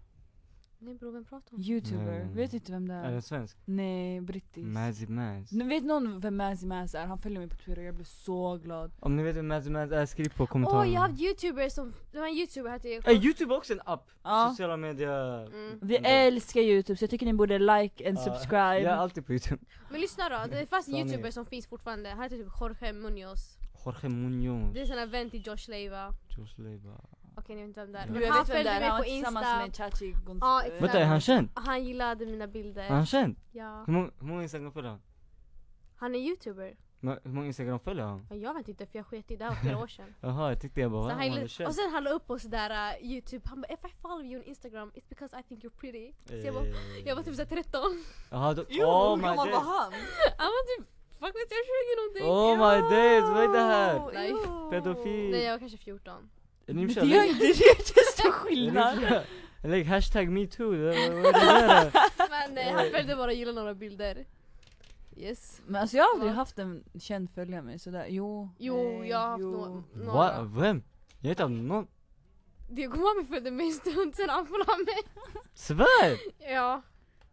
Speaker 3: Nej bror, vem pratar
Speaker 2: Mm.
Speaker 3: om?
Speaker 2: Youtuber.
Speaker 1: Nej.
Speaker 2: Vet inte vem det
Speaker 1: Är
Speaker 2: är?
Speaker 1: den svensk?
Speaker 2: Nej, brittisk.
Speaker 1: Mazzy Maz.
Speaker 2: Nu vet någon vem Mazzy Maz är? Han följer mig på Twitter och jag blev så glad.
Speaker 1: Om ni vet vem Mazzy Maz är, skriv på
Speaker 3: Åh,
Speaker 1: kommentarerna.
Speaker 3: jag har haft youtubers som, det var en youtuber hette J. Cole.
Speaker 1: Är youtube också en app?
Speaker 2: Ja.
Speaker 1: Sociala medier.
Speaker 3: Mm.
Speaker 2: Vi älskar youtube så jag tycker ni borde like and
Speaker 1: Ja,
Speaker 2: subscribe.
Speaker 1: Jag är alltid på youtube.
Speaker 3: Men lyssna då, det fanns en
Speaker 1: Sanning.
Speaker 3: youtuber som finns fortfarande, han heter typ Jorge Munoz.
Speaker 1: Jorge Munoz,
Speaker 3: Det är en vän till Josh Leiva.
Speaker 1: Josh Leiva.
Speaker 3: Okej ni vet inte vem det är.
Speaker 2: Jo,
Speaker 3: Men
Speaker 2: jag
Speaker 3: han
Speaker 2: vet vem det
Speaker 3: följde
Speaker 2: är,
Speaker 3: mig
Speaker 2: han var
Speaker 3: på
Speaker 2: tillsammans
Speaker 3: Insta.
Speaker 2: med Chachi Gonzales.
Speaker 3: Ja, exakt.
Speaker 1: Vänta, är han känd?
Speaker 3: Han gillade mina
Speaker 1: Är han
Speaker 3: bilder.
Speaker 1: känd?
Speaker 3: Ja.
Speaker 1: Hur många, hur många instagram följer han?
Speaker 3: Han är youtuber.
Speaker 1: Men Hur många instagram följer han?
Speaker 3: Ja, Jag vet inte för jag sket i det, det här var flera år sedan.
Speaker 1: Jaha, jag tyckte jag bara,
Speaker 3: Så
Speaker 1: wow,
Speaker 3: han
Speaker 1: han är
Speaker 3: gillade,
Speaker 1: känd.
Speaker 3: och sen han la upp på sådär uh, youtube, han bara if I follow you on instagram it's because I think you're pretty. Så jag
Speaker 1: Eh.
Speaker 3: bara, jag var typ såhär 13.
Speaker 1: Jaha, då, oh my days.
Speaker 2: han?
Speaker 3: Han var typ, fuck vet jag, 20 någonting.
Speaker 1: Oh my days, vad är det här?
Speaker 3: Nej.
Speaker 1: Pedofil.
Speaker 3: Nej jag var kanske 14.
Speaker 1: Är ni
Speaker 2: Men
Speaker 1: med
Speaker 2: det
Speaker 1: kär-
Speaker 2: gör
Speaker 1: lägg-
Speaker 2: inte det, är stor
Speaker 1: är ni
Speaker 2: skillnad.
Speaker 1: med kär- Lägg hashtag metoo, det- vad vad är det där?
Speaker 3: Men eh, han följde bara gilla några bilder. Yes.
Speaker 2: Men alltså jag har aldrig
Speaker 3: Ja.
Speaker 2: haft en känd följare mig sådär, jo.
Speaker 3: Jo,
Speaker 2: nej,
Speaker 3: jag har haft
Speaker 2: jo.
Speaker 3: nå- några.
Speaker 1: Va? Vem? Jag vet inte någon.
Speaker 3: Diego Mami följde mig en stund sen han följde mig.
Speaker 1: Svär!
Speaker 3: Ja.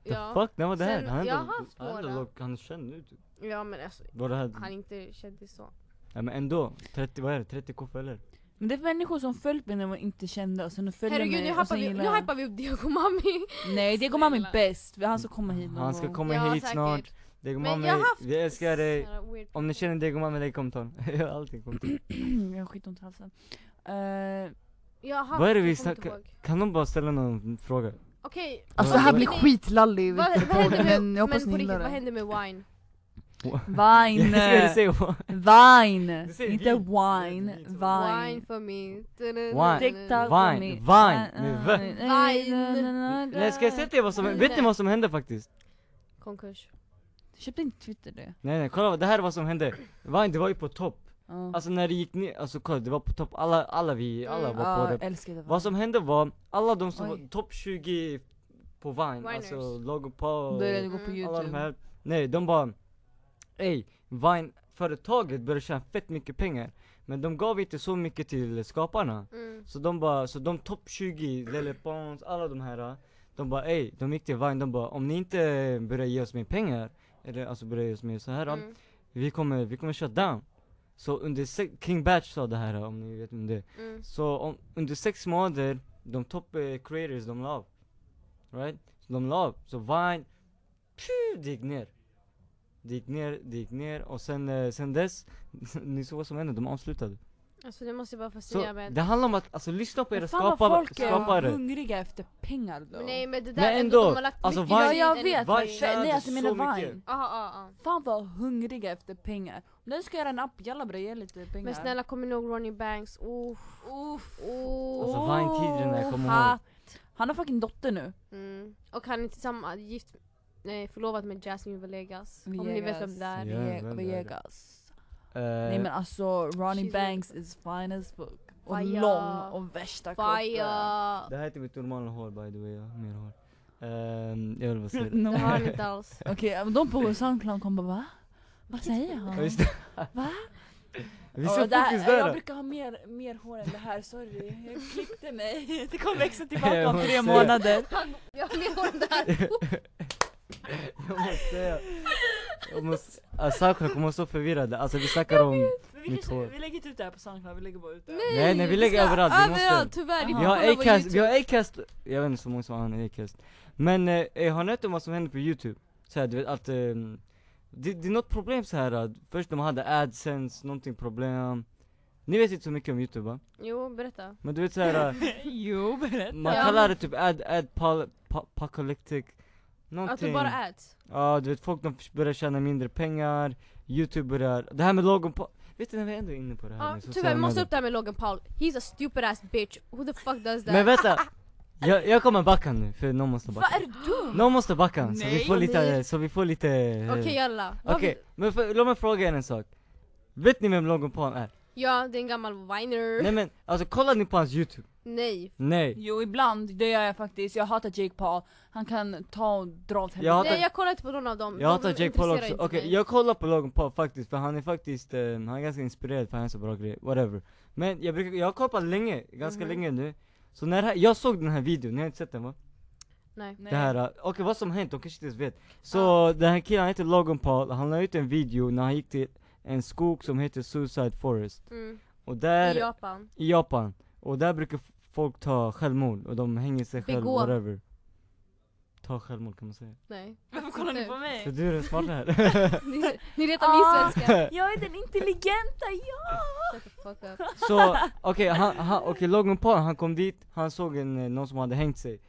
Speaker 1: The
Speaker 3: Ja.
Speaker 1: fuck, när var det här?
Speaker 3: Sen-
Speaker 1: Han är
Speaker 3: jag
Speaker 1: ändå-
Speaker 3: har haft
Speaker 1: han är ändå
Speaker 3: några.
Speaker 1: dock- Han är känd nu typ.
Speaker 3: ja men alltså
Speaker 1: Var det här?
Speaker 3: han är inte kändis så.
Speaker 1: Ja men ändå, 30, vad är det? 30k följare?
Speaker 2: Men det är människor som följt mig när man inte kände och sen de följer
Speaker 3: Herregud nu
Speaker 2: mig och
Speaker 3: hypar
Speaker 2: sen
Speaker 3: vi, nu
Speaker 2: gillar
Speaker 3: hypar vi upp Diego Mami.
Speaker 2: Nej det kommer min
Speaker 3: Snälla.
Speaker 2: bäst, han ska komma hit någon
Speaker 1: Han ska
Speaker 2: gång.
Speaker 1: komma
Speaker 3: Ja,
Speaker 1: hit
Speaker 3: säkert.
Speaker 1: snart. Dego
Speaker 3: Men jag
Speaker 1: Mami,
Speaker 3: har haft-
Speaker 1: vi älskar dig.
Speaker 3: Sådana weird
Speaker 1: Om ni
Speaker 3: people.
Speaker 1: känner Dego Mami, lägg i kommentaren. Jag har alltid kommentarer.
Speaker 2: Jag har skitont i halsen. Eh,
Speaker 3: Jag har
Speaker 1: Vad är det vi
Speaker 3: haft, jag kommer inte
Speaker 1: snackar-
Speaker 3: ihåg.
Speaker 1: Kan de bara ställa någon fråga?
Speaker 3: Okej.
Speaker 1: Alltså, det här blir
Speaker 3: Nej,
Speaker 2: skitlallig
Speaker 3: Vad, vad hände med,
Speaker 2: men
Speaker 3: men på riktigt, vad hände med wine?
Speaker 1: Jag ska
Speaker 2: Vine!
Speaker 1: säga vad? Du
Speaker 2: Vine!
Speaker 1: säger
Speaker 2: Inte
Speaker 1: vin.
Speaker 2: wine,
Speaker 1: Vin.
Speaker 2: vine.
Speaker 3: Wine för mig.
Speaker 1: Wine.
Speaker 2: på
Speaker 1: Vine,
Speaker 2: min-
Speaker 1: vine, med
Speaker 2: Eh,
Speaker 1: V.
Speaker 2: Vine.
Speaker 1: Nej ska jag säga till er vad
Speaker 3: Mm,
Speaker 1: som Vet ni vad som hände faktiskt?
Speaker 3: Konkurs.
Speaker 2: Köpte inte Twitter det?
Speaker 1: Nej nej, kolla vad- det här är vad som hände. Vine det var ju på topp.
Speaker 2: Ja.
Speaker 1: Alltså när det gick ner, alltså kolla det var på topp. Alla, alla vi, alla
Speaker 3: Mm.
Speaker 1: var på
Speaker 2: Ja,
Speaker 1: det.
Speaker 2: älskade Vine.
Speaker 1: Vad som hände var, alla de som
Speaker 2: Oj.
Speaker 1: var topp 20 på Vine,
Speaker 3: Winers.
Speaker 1: alltså Logan Paul,
Speaker 2: Började gå på
Speaker 3: Mm.
Speaker 1: alla de
Speaker 2: youtube.
Speaker 1: här. Nej de bara, ey Vine-företaget började tjäna fett mycket pengar. Men de gav inte så mycket till skaparna.
Speaker 3: Mm.
Speaker 1: Så de bara, så de topp 20, Lele Pons, alla de här De bara ey, de gick till Vine, de bara om ni inte börjar ge oss mer pengar Eller alltså börjar ge oss mer så här då,
Speaker 3: Mm.
Speaker 1: Vi kommer, vi kommer shut down Så under se- King Batch sa det här om ni vet om det
Speaker 3: Mm.
Speaker 1: Så om, under sex månader, de topp eh, creators de la av Right? Så de la av, så Vine, pju, det gick ner Det gick ner, det gick ner och sen, eh, sen dess, ni såg vad som hände, de avslutade
Speaker 3: Alltså det måste jag bara få
Speaker 1: så
Speaker 3: säga men.
Speaker 1: det handlar om att alltså, lyssna på era
Speaker 2: Men fan vad
Speaker 1: skapare.
Speaker 2: folk är Mm.
Speaker 1: skapare.
Speaker 2: hungriga efter pengar då.
Speaker 3: Men nej men det där
Speaker 1: Men ändå,
Speaker 3: de har lagt
Speaker 1: alltså,
Speaker 3: mycket
Speaker 1: Vine-
Speaker 2: ja
Speaker 3: tid,
Speaker 2: jag
Speaker 3: energi.
Speaker 2: vet,
Speaker 1: Vine
Speaker 2: men-
Speaker 1: tjänade
Speaker 2: nej alltså jag
Speaker 1: så
Speaker 2: menar
Speaker 1: mycket.
Speaker 2: Vine.
Speaker 3: Ja, ja, ja.
Speaker 2: Fan vad hungriga efter pengar. Om den ska göra en app, jalla bre ge lite pengar.
Speaker 3: Men snälla kom ihåg Ronny Banks, uff,
Speaker 2: Uff.
Speaker 3: uff.
Speaker 1: Alltså, Vine-tiderna, jag kommer ihåg.
Speaker 2: hatt. Han har fucking dotter nu.
Speaker 3: Mm. Och han är tillsammans, gift, nej förlovad med Jasmine Villegas. Om ni vet
Speaker 2: Villegas.
Speaker 3: vem det är.
Speaker 1: Ja, vem är det?
Speaker 2: Villegas.
Speaker 1: Eh,
Speaker 2: Nej men alltså Ronnie
Speaker 3: she's-
Speaker 2: Banks is fine as fuck. Och
Speaker 3: Fire.
Speaker 2: lång och värsta kroppen.
Speaker 3: Fire!
Speaker 1: Det här är inte mitt normala hår by the way, jag har mer hår. Ehm, jag vill bara säga det.
Speaker 2: No.
Speaker 3: Det har han inte alls.
Speaker 2: Okej, men de på Soundcloud kommer bara va? Vad säger
Speaker 1: Ja,
Speaker 2: han?
Speaker 1: just det.
Speaker 2: Va?
Speaker 1: Vissa
Speaker 2: Ja, det här-
Speaker 1: fokus där.
Speaker 2: Jag brukar ha mer, mer hår än det här, sorry. Jag klippte mig. Det kommer växa
Speaker 1: Jag
Speaker 2: tillbaka om
Speaker 1: måste
Speaker 2: tre
Speaker 1: säga-
Speaker 2: månader.
Speaker 3: Jag har mer hår än det här.
Speaker 1: jag måste säga. Jag måste, alltså, Sakura kommer så förvirrad. Alltså vi snackar om,
Speaker 2: Men vi,
Speaker 1: Mitt
Speaker 2: kanske,
Speaker 1: hår.
Speaker 2: vi lägger inte ut det här på Soundcloud, vi lägger bara ut det.
Speaker 1: Nej, nej, vi lägger överallt, vi måste.
Speaker 3: Överallt, tyvärr.
Speaker 1: vi
Speaker 3: Ni får
Speaker 1: har
Speaker 3: kolla på
Speaker 1: Acast, vi
Speaker 3: YouTube.
Speaker 1: har Acast, jag vet inte så många som använder Acast. Men eh, eh, har ni hört om vad som händer på youtube? Så här, du vet att, eh, det, det är något problem så här. Att först de hade adsense, någonting problem. Ni vet inte så mycket om youtube va?
Speaker 3: Jo, berätta.
Speaker 1: Men du vet så här. eh,
Speaker 2: Jo, berätta.
Speaker 1: Man
Speaker 3: Ja,
Speaker 1: kallar
Speaker 3: men-
Speaker 1: det typ ad, ad, pal, pa, apocalyptic Någonting
Speaker 3: Att du Alltså, typ bara äts.
Speaker 1: Ja du vet folk de börjar tjäna mindre pengar Youtube börjar, det här med logon på Vet du när vi ändå är inne på det här
Speaker 3: Ja,
Speaker 1: med sociala
Speaker 3: tyvärr, vi måste
Speaker 1: medier.
Speaker 3: upp det här med Logan Paul. He's a stupid ass bitch. Who the fuck does that?
Speaker 1: Men vänta! Jag, jag kommer backa nu för någon måste
Speaker 3: Vad
Speaker 1: backa
Speaker 3: är du dum?
Speaker 1: Någon måste backa så vi
Speaker 2: Nej,
Speaker 1: får lite,
Speaker 2: nej.
Speaker 1: så vi får lite eh,
Speaker 3: Okej, jalla. Vad
Speaker 1: Okej,
Speaker 3: vill-
Speaker 1: men för, låt mig fråga er en sak Vet ni vem Logan Paul är?
Speaker 3: Ja, det är en gammal whiner.
Speaker 1: Nej men alltså kollar ni på hans youtube?
Speaker 3: Nej.
Speaker 1: Nej
Speaker 2: Jo, ibland, det gör jag faktiskt. Jag hatar Jake Paul. Han kan ta och dra åt
Speaker 1: Jag
Speaker 2: helvete.
Speaker 1: hatar-
Speaker 3: Nej, jag kollar inte på någon av dem.
Speaker 1: Jag
Speaker 3: De
Speaker 1: hatar Jake Paul
Speaker 3: intresserar
Speaker 1: också,
Speaker 3: inte
Speaker 1: okej
Speaker 3: mig.
Speaker 1: jag kollar på Logan Paul faktiskt för han är faktiskt, eh, han är ganska inspirerad för han är så bra grejer, whatever Men jag brukar, jag har kollat på länge, ganska
Speaker 3: Mhm.
Speaker 1: länge nu Så när det här, jag såg den här videon, ni har inte sett den va?
Speaker 3: Nej.
Speaker 2: Nej.
Speaker 1: Det här, eh, okej vad som hänt, de kanske inte ens vet Så den här killen, han heter Logan Paul, han la ut en video när han gick till en skog som heter Suicide Forest
Speaker 3: Mm.
Speaker 1: Och där,
Speaker 3: I Japan.
Speaker 1: i Japan, och där brukar f- folk ta självmord och de hänger sig själv,
Speaker 3: Begå.
Speaker 1: whatever Ta självmord kan man säga,
Speaker 3: Nej.
Speaker 2: Varför kollar ni på mig?
Speaker 1: för du är den smarta här
Speaker 3: Ni, ni retar min
Speaker 2: Ah.
Speaker 3: svenska.
Speaker 2: Jag är den intelligenta jag!
Speaker 3: Shut the fuck up.
Speaker 1: Så okej, han, han, okej Logan Paul han kom dit, han såg en, eh, någon som hade hängt sig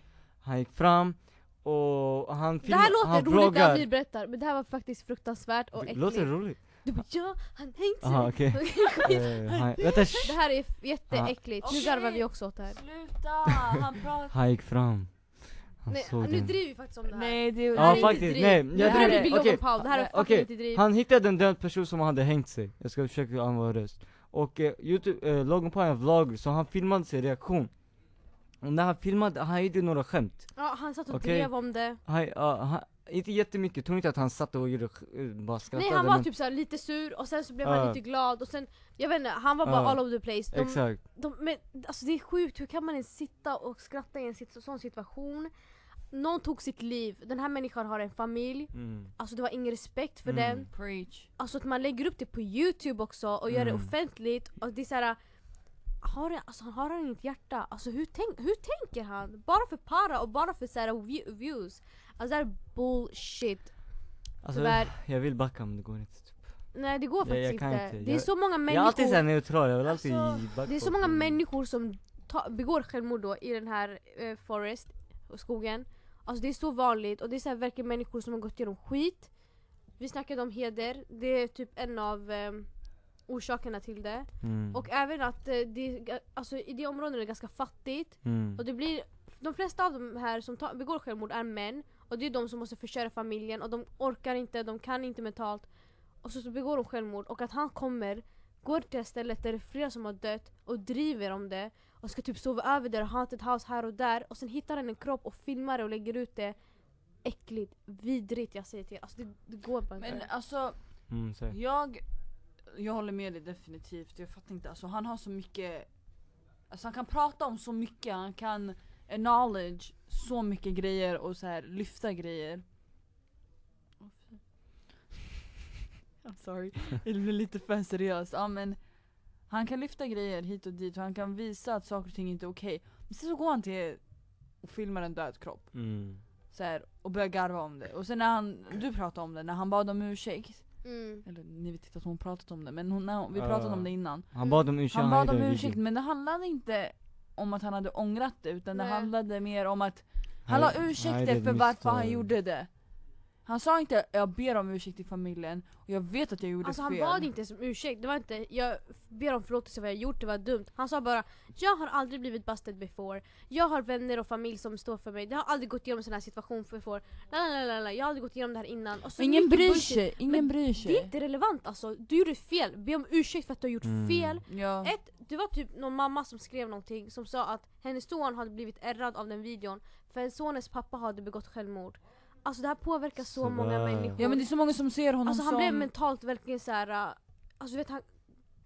Speaker 1: Han gick fram och han
Speaker 3: Det här
Speaker 1: filmade- han
Speaker 3: låter roligt när
Speaker 1: vloggar.
Speaker 3: Amir berättar, men det här var faktiskt fruktansvärt och
Speaker 1: Det
Speaker 3: äckligt.
Speaker 1: Låter roligt?
Speaker 3: Du bara ja, han tänkte
Speaker 1: Aha,
Speaker 3: sig.
Speaker 1: okej. Eh, han, vänta, shh.
Speaker 3: Det här är f- jätteäckligt, nu
Speaker 2: Okej.
Speaker 3: garvar vi också åt det här.
Speaker 2: Sluta! Han pratar...
Speaker 1: han gick fram Han
Speaker 3: Nej,
Speaker 1: såg
Speaker 3: nu
Speaker 1: den
Speaker 3: driver vi faktiskt om det här.
Speaker 2: Nej, det,
Speaker 3: Det
Speaker 1: Ja,
Speaker 3: här är inte
Speaker 1: faktiskt,
Speaker 3: driv.
Speaker 1: nej,
Speaker 3: Det
Speaker 2: jag
Speaker 3: här
Speaker 2: driver-
Speaker 3: är Logan
Speaker 1: okej.
Speaker 3: Paul, det här är fucking
Speaker 1: Okej.
Speaker 3: inte driv.
Speaker 1: Han hittade en död person som hade hängt sig, jag ska försöka använda röst Och eh, Youtube, eh, Logan Paul är en vlogger så han filmade sin reaktion Och när han filmade, han gjorde några skämt
Speaker 3: Ja, han satt och
Speaker 1: Okej.
Speaker 3: drev om det.
Speaker 1: Han, ja, han, inte jättemycket, jag tror inte att han satt och gjorde, eh, bara skrattade
Speaker 3: Nej han var
Speaker 1: men,
Speaker 3: typ såhär lite sur och sen så blev
Speaker 1: Ja.
Speaker 3: han lite glad och sen, jag vet inte, han var bara
Speaker 1: Ja.
Speaker 3: all over the place. De,
Speaker 1: Exakt,
Speaker 3: de, men alltså det är sjukt, hur kan man ens sitta och skratta i en sit- sån situation? Någon tog sitt liv, den här människan har en familj,
Speaker 1: mm.
Speaker 3: alltså det var ingen respekt för
Speaker 1: Mm.
Speaker 3: den.
Speaker 2: Preach.
Speaker 3: Alltså att man lägger upp det på youtube också och gör det
Speaker 1: Mm.
Speaker 3: offentligt och det är såhär har, han- alltså, har han inget hjärta? Alltså hur, tänk, hur tänker han? Bara för para och bara för så här, view- views. Alltså det här är bullshit.
Speaker 1: Alltså,
Speaker 3: Tyvärr.
Speaker 1: jag vill backa men det går inte typ.
Speaker 3: Nej det går
Speaker 1: Jag- jag
Speaker 3: faktiskt
Speaker 1: kan
Speaker 3: inte.
Speaker 1: inte.
Speaker 3: Det är
Speaker 1: Jag-
Speaker 3: så många
Speaker 1: Jag är alltid såhär
Speaker 3: människor,
Speaker 1: neutral, jag vill alltid
Speaker 2: Alltså,
Speaker 1: backa
Speaker 3: det är så
Speaker 1: åt
Speaker 3: många
Speaker 1: dem.
Speaker 3: människor som ta, begår självmord då i den här eh, forest, och skogen. Alltså det är så vanligt och det är så här verkligen människor som har gått igenom skit. Vi snackade om heder, det är typ en av eh, orsakerna till det.
Speaker 1: mm.
Speaker 3: Och även att eh, det, är ga- alltså, i det området är det ganska fattigt.
Speaker 1: mm.
Speaker 3: Och det blir, de flesta av de här som ta, begår självmord är män. Och det är de som måste försörja familjen och de orkar inte, de kan inte mentalt. Och så, så begår de självmord och att han kommer, går till det här stället där det är flera som har dött och driver om det. Och ska typ sova över där och ha ett house här och där. Och sen hittar han en kropp och filmar det och lägger ut det. Äckligt, vidrigt jag säger till er. Alltså det, det går bara inte.
Speaker 2: Men alltså,
Speaker 1: Mm, så.
Speaker 2: jag... Jag håller med dig definitivt. Jag fattar inte. Alltså han har så mycket... Alltså han kan prata om så mycket. Han kan knowledge så mycket grejer och så här lyfta grejer. Åh, fy. I'm sorry. Det blir lite för seriöst. Ja men han kan lyfta grejer hit och dit och han kan visa att saker och ting inte är okej. Men sen så går han till och filmar en död kropp.
Speaker 1: Mm.
Speaker 2: så här, och började garva om det. Och sen när han, du pratade om det, när han bad om ursäkt.
Speaker 3: mm.
Speaker 2: Eller ni vet inte att hon pratat om det men hon, när hon, vi pratade
Speaker 1: Ja.
Speaker 2: om det innan.
Speaker 1: Han bad om ursäkt,
Speaker 2: Han bad
Speaker 1: gjorde
Speaker 2: om
Speaker 1: en
Speaker 2: ursäkt
Speaker 1: video.
Speaker 2: men det handlade inte om att han hade ångrat det utan det
Speaker 3: Nej.
Speaker 2: handlade mer om att han
Speaker 1: Han-
Speaker 2: la
Speaker 1: han gjorde
Speaker 2: ursäkter
Speaker 1: ett
Speaker 2: för varför han
Speaker 1: misstag.
Speaker 2: gjorde det. Han sa inte jag ber om ursäkt till familjen och jag vet att jag gjorde
Speaker 3: Alltså han
Speaker 2: fel.
Speaker 3: bad inte ens om ursäkt, det var inte jag ber om förlåtelse vad jag gjort, det var dumt. Han sa bara jag har aldrig blivit busted before. Jag har vänner och familj som står för mig. Jag har aldrig gått igenom en sån här situation before. La, la, la, la, la. Jag har aldrig gått igenom det här innan. Och så
Speaker 2: ingen
Speaker 3: Alltså, mycket
Speaker 2: bryr
Speaker 3: bullshit.
Speaker 2: sig, ingen
Speaker 3: Men
Speaker 2: bryr
Speaker 3: Det är
Speaker 2: sig.
Speaker 3: inte relevant alltså. Du gjorde fel. Be om ursäkt för att du har gjort
Speaker 1: Mm.
Speaker 3: fel.
Speaker 2: Ja.
Speaker 3: Ett, det var typ någon mamma som skrev någonting som sa att hennes son hade blivit ärrad av den videon för hennes sonens pappa hade begått självmord. Alltså det här påverkar så,
Speaker 1: Så
Speaker 3: många
Speaker 1: bra.
Speaker 3: människor.
Speaker 2: ja men det är så många som ser honom
Speaker 3: Alltså han
Speaker 2: som...
Speaker 3: blev mentalt verkligen så här. äh, Alltså du vet han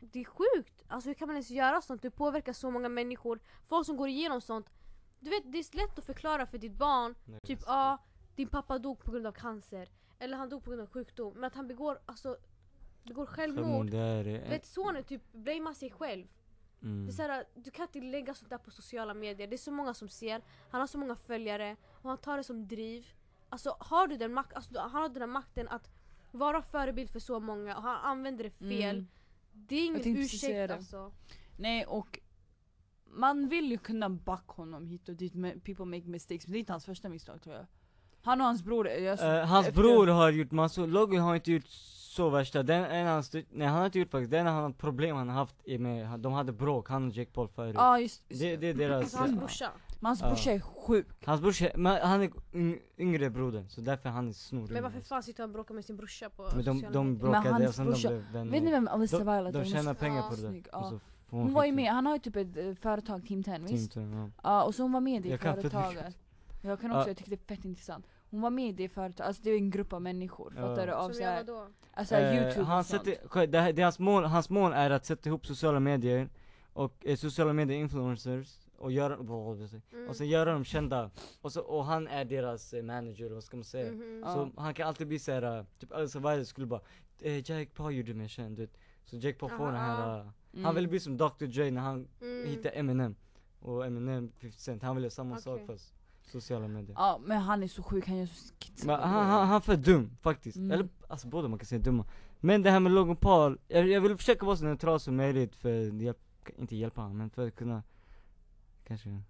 Speaker 3: Det är sjukt! Alltså hur kan man ens göra sånt? Du påverkar så många människor, folk som går igenom sånt. Du vet, det är så lätt att förklara för ditt barn,
Speaker 1: Nej,
Speaker 3: typ
Speaker 1: alltså.
Speaker 3: ja, din pappa dog på grund av cancer. Eller han dog på grund av sjukdom. Men att han begår, alltså, begår självmord.
Speaker 1: Självmord det är
Speaker 3: Du
Speaker 1: det.
Speaker 3: vet sonen typ blamear sig själv.
Speaker 1: Mm.
Speaker 3: Det är så här, du kan inte lägga sånt där på sociala medier. Det är så många som ser, han har så många följare och han tar det som driv. Alltså har du den, mak- alltså, du- han har den här makten att vara förebild för så många och han använder det fel.
Speaker 2: Mm.
Speaker 3: Det är ingen
Speaker 2: tänkte precis säga
Speaker 3: ursäkt
Speaker 2: det.
Speaker 3: alltså.
Speaker 2: Nej och man vill ju kunna backa honom hit och dit, men people make mistakes. Men det är inte hans första misstag tror jag. Han och hans bror, jag,
Speaker 1: Eh, hans
Speaker 2: efter-
Speaker 1: bror har gjort massor, Logan har inte gjort så värsta, den en hans, nej han har inte gjort faktiskt, den han har problem han har haft är med, han- de hade bråk, han och Jake Paul förut.
Speaker 2: Ja just, just
Speaker 1: Det, det är deras,
Speaker 3: Alltså hans
Speaker 2: Ja.
Speaker 3: brorsa.
Speaker 2: Men hans
Speaker 1: Ja. Mm.
Speaker 2: brorsa är sjuk.
Speaker 1: hans brorsa, men han är yng- yngre brodern, så därför han är snorig.
Speaker 3: Men varför fan sitter han och bråkar med sin brorsa på
Speaker 1: Mm. Men de,
Speaker 3: sociala
Speaker 1: de
Speaker 3: medier?
Speaker 2: Men
Speaker 1: bråkade
Speaker 2: hans
Speaker 1: och sen de
Speaker 2: brorsa-
Speaker 1: blev vänner.
Speaker 2: Vet ni vem Alicia
Speaker 1: de-
Speaker 2: Violet
Speaker 1: de
Speaker 2: hon är
Speaker 1: tjänar
Speaker 2: så
Speaker 1: pengar
Speaker 3: Ja,
Speaker 1: på det där.
Speaker 2: snygg,
Speaker 1: Och
Speaker 2: ja.
Speaker 1: så får
Speaker 2: Hon var ju
Speaker 1: skiten.
Speaker 2: med, han har ju typ ett eh, företag, Team 10 visst?
Speaker 1: Team Turner, ja.
Speaker 2: Ja, och så hon var med i det
Speaker 1: Jag kan inte-
Speaker 2: företaget. Jag kan också,
Speaker 1: Ja.
Speaker 2: jag tycker det är fett intressant. Hon var med i det företaget, alltså det är en grupp av människor,
Speaker 1: Ja.
Speaker 2: fattar du? Av
Speaker 3: Som jag
Speaker 2: såhär,
Speaker 3: var då.
Speaker 2: alltså här
Speaker 1: Eh,
Speaker 2: youtube
Speaker 1: han
Speaker 2: och sånt.
Speaker 1: sätter, sjö- det, här- det är hans, mål, hans mål är att sätta ihop sociala medier och eh, sociala medier influencers och göra, vad var det jag säger?
Speaker 3: Mm.
Speaker 1: och sen göra dem kända. Och, så, och han är deras eh, manager, vad ska man säga?
Speaker 3: Mhm.
Speaker 2: Ja.
Speaker 1: Så han kan alltid bli såhär, eh, typ Elsa Wilder skulle bara eh, Jack Paul gjorde mig känd, du vet. Så Jack Paul får den här, eh,
Speaker 2: Mm.
Speaker 1: han ville bli som Dr Dre när han
Speaker 3: Mm.
Speaker 1: hittade Eminem. Och Eminem 50 Cent, han ville samma sak
Speaker 3: Okej.
Speaker 1: fast sociala medier.
Speaker 2: Ja, men han är så sjuk, han gör så skitsam.
Speaker 1: Men han, han, han är för dum faktiskt,
Speaker 2: Mm.
Speaker 1: eller alltså båda man kan säga dumma Men det här med Logan Paul, jag, jag vill försöka vara så neutral som möjligt för att hjälp, inte hjälpa honom men för att kunna Kanske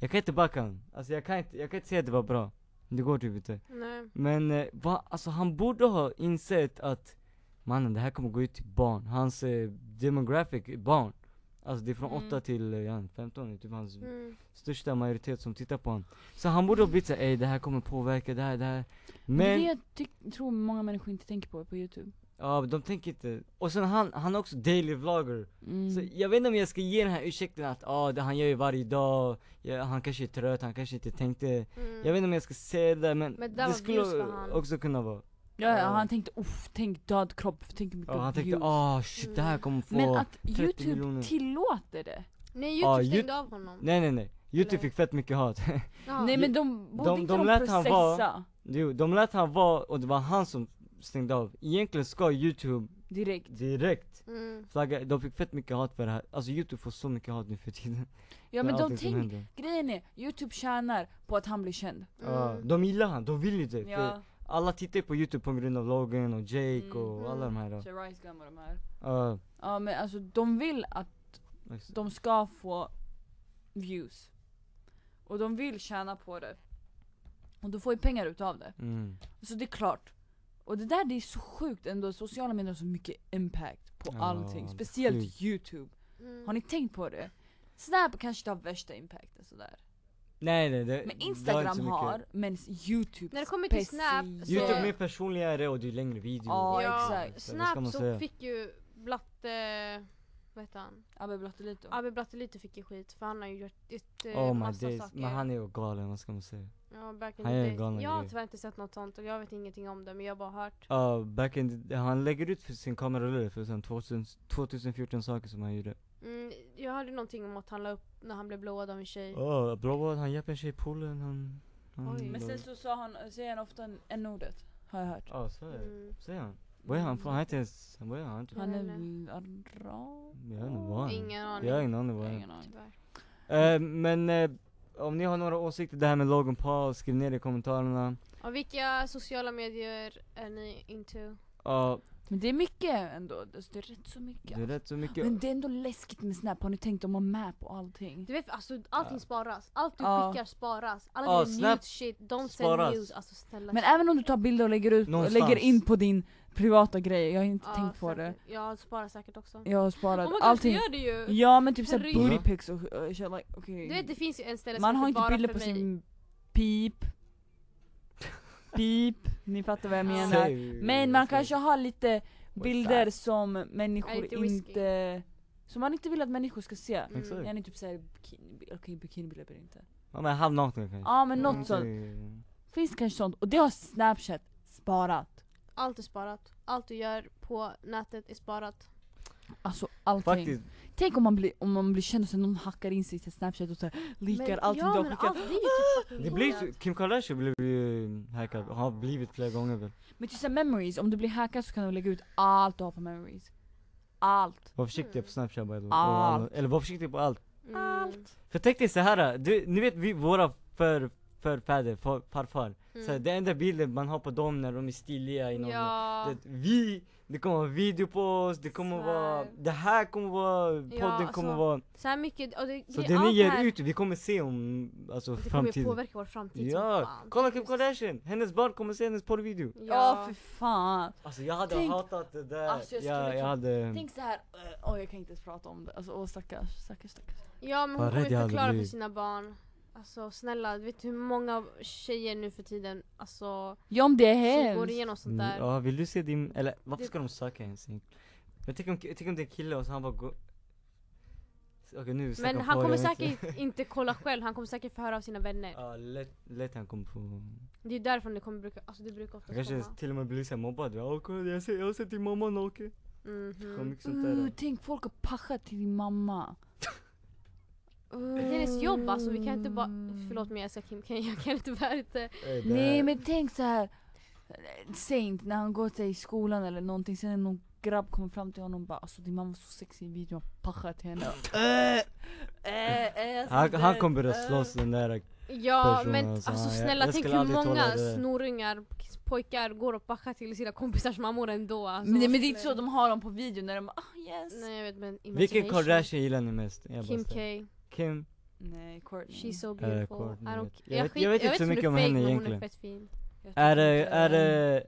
Speaker 1: Jag kan inte backa honom, alltså jag kan inte, jag kan inte säga att det var bra Det går typ inte
Speaker 3: Nej.
Speaker 1: Men eh, va, alltså han borde ha insett att Mannen det här kommer gå ut till barn, hans eh, demographic är barn Alltså det är från
Speaker 2: Mm.
Speaker 1: 8 till eh, ja, 15, det är typ hans
Speaker 3: Mm.
Speaker 1: största majoritet som tittar på honom Så han borde ha blivit såhär, ey det här kommer påverka, det här, det här
Speaker 2: Men... Det är det
Speaker 1: Men,
Speaker 2: jag tyck- tror många människor inte tänker på på youtube.
Speaker 1: ja de tänker inte Och sen han, han är också daily vlogger
Speaker 2: Mm.
Speaker 1: Så jag vet inte om jag ska ge den här ursäkten att, ja det han gör ju varje dag ja, Han kanske är trött, han kanske inte tänkte
Speaker 3: Mm.
Speaker 1: Jag vet inte om jag ska säga det där men,
Speaker 3: Men det där
Speaker 1: det
Speaker 3: var
Speaker 1: skulle
Speaker 3: views för han.
Speaker 1: också kunna vara
Speaker 2: ja, ja,
Speaker 1: Ja.
Speaker 2: han tänkte uff, tänk död kropp, tänk mycket
Speaker 1: ja, Han tänkte,
Speaker 2: views."
Speaker 1: ah shit det
Speaker 3: Mm.
Speaker 1: här kommer få
Speaker 2: Men att
Speaker 1: 30
Speaker 2: youtube
Speaker 1: miljoner.
Speaker 2: tillåter det.
Speaker 3: Nej
Speaker 1: Ja,
Speaker 3: youtube
Speaker 1: Yout-
Speaker 3: stängde av honom.
Speaker 1: Nej nej nej, youtube
Speaker 3: Eller?
Speaker 1: fick fett mycket hat
Speaker 3: Ja.
Speaker 2: Nej men de borde
Speaker 1: de-
Speaker 2: inte
Speaker 1: de
Speaker 2: de,
Speaker 1: lät han
Speaker 2: processa.
Speaker 1: vara. Jo, de lät han vara och det var han som stängde av Egentligen ska youtube
Speaker 2: Direkt.
Speaker 1: direkt
Speaker 3: Mm.
Speaker 1: flagga, de fick fett mycket hat för det här Alltså youtube får så mycket hat nu för tiden
Speaker 2: Ja
Speaker 1: För
Speaker 2: men de
Speaker 1: allting som
Speaker 2: tänk,
Speaker 1: händer.
Speaker 2: grejen är, youtube tjänar på att han blir känd.
Speaker 1: Ja,
Speaker 3: Mm.
Speaker 1: de gillar han, de vill ju det. För Alla tittar ju på youtube på grund av Logan och Jake
Speaker 2: Mm.
Speaker 1: och alla de här. då.
Speaker 2: Sharice Gum och de här.
Speaker 1: Ja,
Speaker 2: Ja men alltså de vill att
Speaker 1: ex-
Speaker 2: de ska få views. Och de vill tjäna på det. Och de får ju pengar utav det.
Speaker 1: mm.
Speaker 2: Så det är klart. Och det där det är så sjukt ändå, sociala medier har så mycket impact på
Speaker 1: Ja,
Speaker 2: allting.
Speaker 1: det är
Speaker 2: Speciellt
Speaker 1: sjukt.
Speaker 2: youtube.
Speaker 3: Mm.
Speaker 2: Har ni tänkt på det? Snap kanske inte har värsta impacten sådär.
Speaker 1: Nej nej, det,
Speaker 2: Men
Speaker 1: det
Speaker 2: instagram
Speaker 1: inte så
Speaker 2: har,
Speaker 1: mycket.
Speaker 2: men youtube
Speaker 3: När det kommer till Snap,
Speaker 2: speciellt.
Speaker 3: så-
Speaker 1: Youtube är mer personligare och det är längre videor.
Speaker 2: Ja,
Speaker 3: Ja,
Speaker 2: exakt.
Speaker 1: Så vad ska
Speaker 3: Snap
Speaker 1: man
Speaker 3: så
Speaker 1: säga?
Speaker 3: fick ju Blatte, vad heter han?
Speaker 2: Abbe Blattelito.
Speaker 3: Abbe Blattelito fick ju skit för han har ju gjort ett, eh,
Speaker 1: Oh my
Speaker 3: massa
Speaker 1: days,
Speaker 3: saker.
Speaker 1: men han är ju galen vad ska man säga?
Speaker 3: ja, back in
Speaker 1: han
Speaker 3: the
Speaker 1: gör
Speaker 3: days.
Speaker 1: galna
Speaker 3: Jag har
Speaker 1: grejer.
Speaker 3: tyvärr inte sett något sånt och jag vet ingenting om det men jag har bara hört.
Speaker 1: Ja, back in the, han lägger ut för sin kamerarulle för sen 2000, 2014 saker som han gjorde.
Speaker 3: Mm, jag hörde någonting om att han la upp när han blev blåad av en tjej.
Speaker 1: Oh, blowad, han hjälper en tjej i poolen, han... han
Speaker 3: Oj.
Speaker 2: Men sen så sa han, säger han ofta n-ordet, har jag hört.
Speaker 1: Ja, så är det.
Speaker 3: Mm.
Speaker 1: Säger han? Var är han från? Han är inte ens, var är han? inte-
Speaker 2: Han är
Speaker 3: Nej,
Speaker 2: väl arab?
Speaker 1: Jag vet inte, var han?
Speaker 3: Ingen aning.
Speaker 1: Jag har ingen aning
Speaker 2: Jag
Speaker 1: vad
Speaker 2: har
Speaker 1: han
Speaker 2: Ingen aning.
Speaker 3: Tyvärr.
Speaker 1: Eh, Men eh, om ni har några åsikter det här med Logan Paul, skriv ner det i kommentarerna.
Speaker 3: Och vilka sociala medier är ni into?
Speaker 1: Ja,
Speaker 2: Men det är mycket ändå, alltså, det är rätt så mycket.
Speaker 1: det är rätt så mycket.
Speaker 2: Men det är ändå läskigt med Snap, har ni tänkt om att map och allting?
Speaker 3: Du vet alltså allting sparas. Allt du
Speaker 2: Ja.
Speaker 3: skickar sparas. Alla
Speaker 1: Ja,
Speaker 3: dina
Speaker 1: Snap
Speaker 3: nude shit, don't
Speaker 1: sparas.
Speaker 3: send news. Alltså snälla.
Speaker 2: Men även om du tar bilder och lägger ut, och
Speaker 1: Någonstans.
Speaker 2: lägger in på din privata grej, jag har inte
Speaker 3: Ja,
Speaker 2: tänkt på det.
Speaker 3: säkert. Jag sparar säkert också.
Speaker 2: Jag har
Speaker 3: Oh
Speaker 2: sparat
Speaker 3: my God,
Speaker 2: allting.
Speaker 3: det gör du ju!
Speaker 2: Ja men typ såhär
Speaker 3: Herregud.
Speaker 2: booty pics och uh, shit like, okej.
Speaker 3: Du vet det finns ju en ställe
Speaker 2: Man
Speaker 3: som
Speaker 2: har
Speaker 3: heter
Speaker 2: inte
Speaker 3: bara
Speaker 2: bilder
Speaker 3: för
Speaker 2: på
Speaker 3: mig.
Speaker 2: sin pip. Pip, ni fattar vad jag
Speaker 3: Ja.
Speaker 2: menar. Men man kanske har lite bilder
Speaker 1: that?
Speaker 2: som
Speaker 3: Ja,
Speaker 2: människor
Speaker 3: lite risky.
Speaker 2: inte... Som man inte vill att människor ska se.
Speaker 3: Mm.
Speaker 1: Exakt.
Speaker 2: Jag är typ såhär bikinibilder, okej bikinibilder blir det inte.
Speaker 1: Ja men halvnakna kanske.
Speaker 2: Ja men
Speaker 3: Mm.
Speaker 2: något sånt. Finns kanske sånt. Och det har snapchat sparat.
Speaker 3: Allt är sparat. Allt du gör på nätet är sparat.
Speaker 2: Alltså allting.
Speaker 1: Faktiskt.
Speaker 2: Tänk om man blir, om man blir känd och sen någon hackar in sig till snapchat och så här, likar
Speaker 3: Men-
Speaker 2: allting
Speaker 3: ja,
Speaker 2: du har
Speaker 3: men
Speaker 2: skickat. Ah!
Speaker 3: allt, det är ju typ fucking
Speaker 1: Det blir
Speaker 3: hackat.
Speaker 1: ju- Kim Kardashian blev ju hackad, har blivit flera gånger väl.
Speaker 2: Men typ såhär memories, om du blir hackad så kan du lägga ut allt du har på memories. Allt.
Speaker 1: Var försiktig på snapchat by the way. Och
Speaker 2: Allt.
Speaker 1: alla- Eller var försiktig på allt.
Speaker 3: Mm.
Speaker 2: Allt.
Speaker 1: För tänk dig så här, du, ni vet vi, våra för, förfäder, far, farfar. Så här,
Speaker 3: Mm.
Speaker 1: det enda bilden man har på dem när de är stiliga i någon
Speaker 3: Ja.
Speaker 1: Det, vi, det kommer vara video på oss, det kommer
Speaker 3: Svär.
Speaker 1: vara, det här kommer vara, podden kommer
Speaker 3: alltså,
Speaker 1: vara
Speaker 3: Så här mycket, och det,
Speaker 1: Så
Speaker 3: det-
Speaker 1: det ni
Speaker 3: allt
Speaker 1: ger
Speaker 3: här,
Speaker 1: ut, vi kommer se om, alltså
Speaker 3: det kommer ju
Speaker 1: framtiden
Speaker 3: påverka vår framtid som
Speaker 1: Ja,
Speaker 3: fan.
Speaker 1: kolla Kim Kardashian, hennes barn kommer se hennes porrvideo
Speaker 2: Ja
Speaker 3: Ja,
Speaker 2: för fan.
Speaker 1: Alltså jag hade
Speaker 2: Tänk-
Speaker 1: hatat det där,
Speaker 2: Alltså, jag skulle
Speaker 1: jag, jag
Speaker 2: kunna-
Speaker 1: hade
Speaker 2: Tänk så här. eh, oj jag kan inte ens prata om det. Alltså åh stackars, stackars, stackars.
Speaker 3: ja men
Speaker 1: Vad
Speaker 3: hon
Speaker 1: rädd
Speaker 3: kommer
Speaker 1: jag
Speaker 3: ju
Speaker 1: hade
Speaker 3: förklara för
Speaker 1: blivit.
Speaker 3: sina barn. Alltså snälla, vet du hur många tjejer nu för tiden, alltså,
Speaker 2: Ja om det är
Speaker 3: som går
Speaker 2: hemskt.
Speaker 3: igenom sånt där.
Speaker 1: Mm, Ja, vill du se din, eller varför
Speaker 3: Det-
Speaker 1: ska de söka ens egentligen? Men tänk om, tänk om det är en kille och så han bara går Okej nu snackar
Speaker 3: Men
Speaker 1: vi
Speaker 3: han
Speaker 1: porr,
Speaker 3: kommer
Speaker 1: jag vet inte.
Speaker 3: säkert inte kolla själv, han kommer säkert få höra av sina vänner.
Speaker 1: Ja, lätt, lätt han kommer på
Speaker 3: Det är därifrån det kommer bruka, alltså det brukar
Speaker 1: Han
Speaker 3: ofta
Speaker 1: kanske
Speaker 3: komma.
Speaker 1: till och med blir såhär mobbad, ja kolla jag ser- jag har sett din mamma naken Det kommer
Speaker 3: Mhm.
Speaker 1: mycket sånt där
Speaker 2: Uh, tänk folk har pachat till din mamma. Uh.
Speaker 3: Det är hennes jobb alltså, vi kan inte bara, förlåt mig jag älskar Kim, kan- jag kan inte bära inte.
Speaker 1: Eh, det-
Speaker 2: Nej men tänk så här. eh, Saint när han går sig i skolan eller någonting sen är någon grabb kommer fram till honom och bara alltså din mamma var så sexig i videon, jag har pachat henne.
Speaker 1: Ee,
Speaker 2: Eh, eh, eh, jag ska
Speaker 1: Han,
Speaker 2: inte-
Speaker 1: han kommer börja
Speaker 3: Ee,
Speaker 2: eh.
Speaker 1: slåss den där
Speaker 3: Ja
Speaker 1: Personer,
Speaker 3: men
Speaker 1: alltså,
Speaker 3: alltså,
Speaker 1: ja, jag-
Speaker 3: snälla
Speaker 1: jag
Speaker 3: tänk
Speaker 1: skulle
Speaker 3: hur
Speaker 1: aldrig tåla
Speaker 3: många
Speaker 1: det.
Speaker 3: snorungar, pojkar går och backar till sina kompisars mammor ändå alltså.
Speaker 2: Men, nej, men det är inte så de har dem på video när de bara ah yes.
Speaker 3: Nej jag vet men
Speaker 1: Vilken
Speaker 3: imagination.
Speaker 1: Kardashian gillar ni mest? Jag bara
Speaker 3: Kim
Speaker 1: så
Speaker 3: K,
Speaker 1: här, Kim,
Speaker 2: Nej, Courtney.
Speaker 3: she's so
Speaker 1: Eh,
Speaker 3: beautiful. I
Speaker 1: Courtney,
Speaker 3: don't,
Speaker 1: jag vet-
Speaker 3: skit-
Speaker 1: jag vet inte så
Speaker 3: hon är
Speaker 1: mycket om henne
Speaker 3: fake, men Hon
Speaker 1: egentligen.
Speaker 3: är fett fin.
Speaker 2: Jag tycker
Speaker 1: är det,
Speaker 2: inte-
Speaker 1: är det